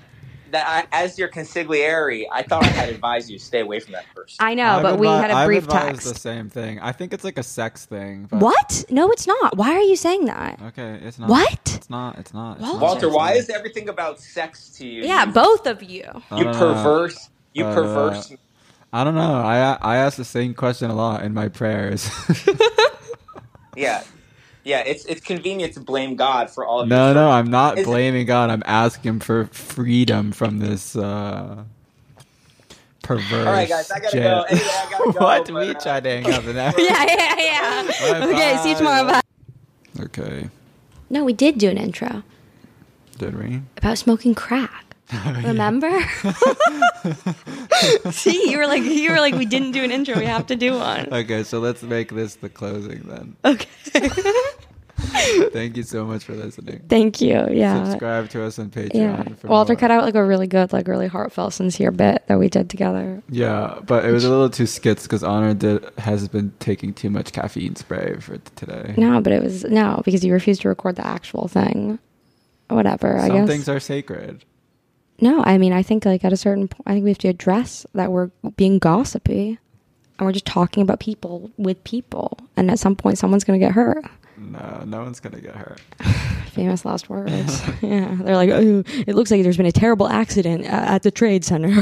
K: that I, as your consigliere, I thought I had advised you to stay away from that person.
D: I
A: I've
D: know, but we
A: advi-
D: had a
A: I've
D: brief
A: advised
D: text.
A: the same thing. I think it's like a sex thing. But
D: What? No, it's not. Why are you saying that?
A: Okay, it's not.
D: What?
A: It's not. It's not. It's
D: Walter.
A: not,
K: Walter,
A: it's
K: why
A: not.
K: is everything about sex to you?
D: Yeah,
K: you,
D: both of you.
A: I
K: you
A: don't know.
K: perverse, you
A: Uh,
K: perverse.
A: I don't know. I I ask the same question a lot in my prayers.
K: Yeah, yeah. It's it's convenient to blame God for all of
A: no,
K: your
A: no, I'm not
K: Is it-
A: blaming God. I'm asking for freedom from this uh, perverse.
K: All right, guys, I gotta
A: jail.
K: go. Anyway, I gotta go,
A: what?
K: but,
A: we
K: uh,
A: tried to hang up the
D: Yeah, yeah, yeah.
A: Bye-bye.
D: okay, see you tomorrow. Bye.
A: Okay,
D: No, we did do an intro
A: did we?
D: about smoking crack. Remember? see, you were like, you were like, we didn't do an intro. We have to do one.
A: Okay, so let's make this the closing then.
D: Okay.
A: Thank you so much for listening.
D: Thank you. Yeah.
A: Subscribe to us on Patreon.
D: Yeah.
A: for
D: Walter
A: more.
D: cut out like a really good, like really heartfelt, sincere bit that we did together.
A: Yeah, but it was a little too skits because Honor did, has been taking too much caffeine spray for t- today.
D: No, but it was no because you refused to record the actual thing. Whatever. I
A: Some
D: guess.
A: things are sacred.
D: No, I mean, I think like at a certain point, I think we have to address that we're being gossipy and we're just talking about people with people. And at some point, someone's going to get hurt.
A: No, no one's gonna get hurt.
D: Famous last words. yeah. They're like, oh, it looks like there's been a terrible accident uh, at the trade center.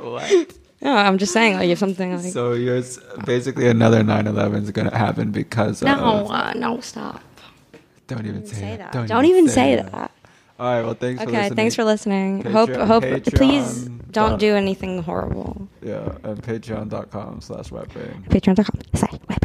A: What?
D: no, I'm just saying, like, if something like.
A: So yours basically another 9/11 is gonna happen because
D: no,
A: of.
D: uh, no, stop.
A: Don't even say,
D: Say
A: that.
D: that. Don't, even say that.
A: All right. Well, thanks. for
D: Okay,
A: listening.
D: thanks for listening. hope,
A: Patreon-
D: hope, please
A: Patreon
D: don't
A: dot-
D: do anything horrible.
A: Yeah, and patreon.com slash webbing.
D: Patreon.com slash web.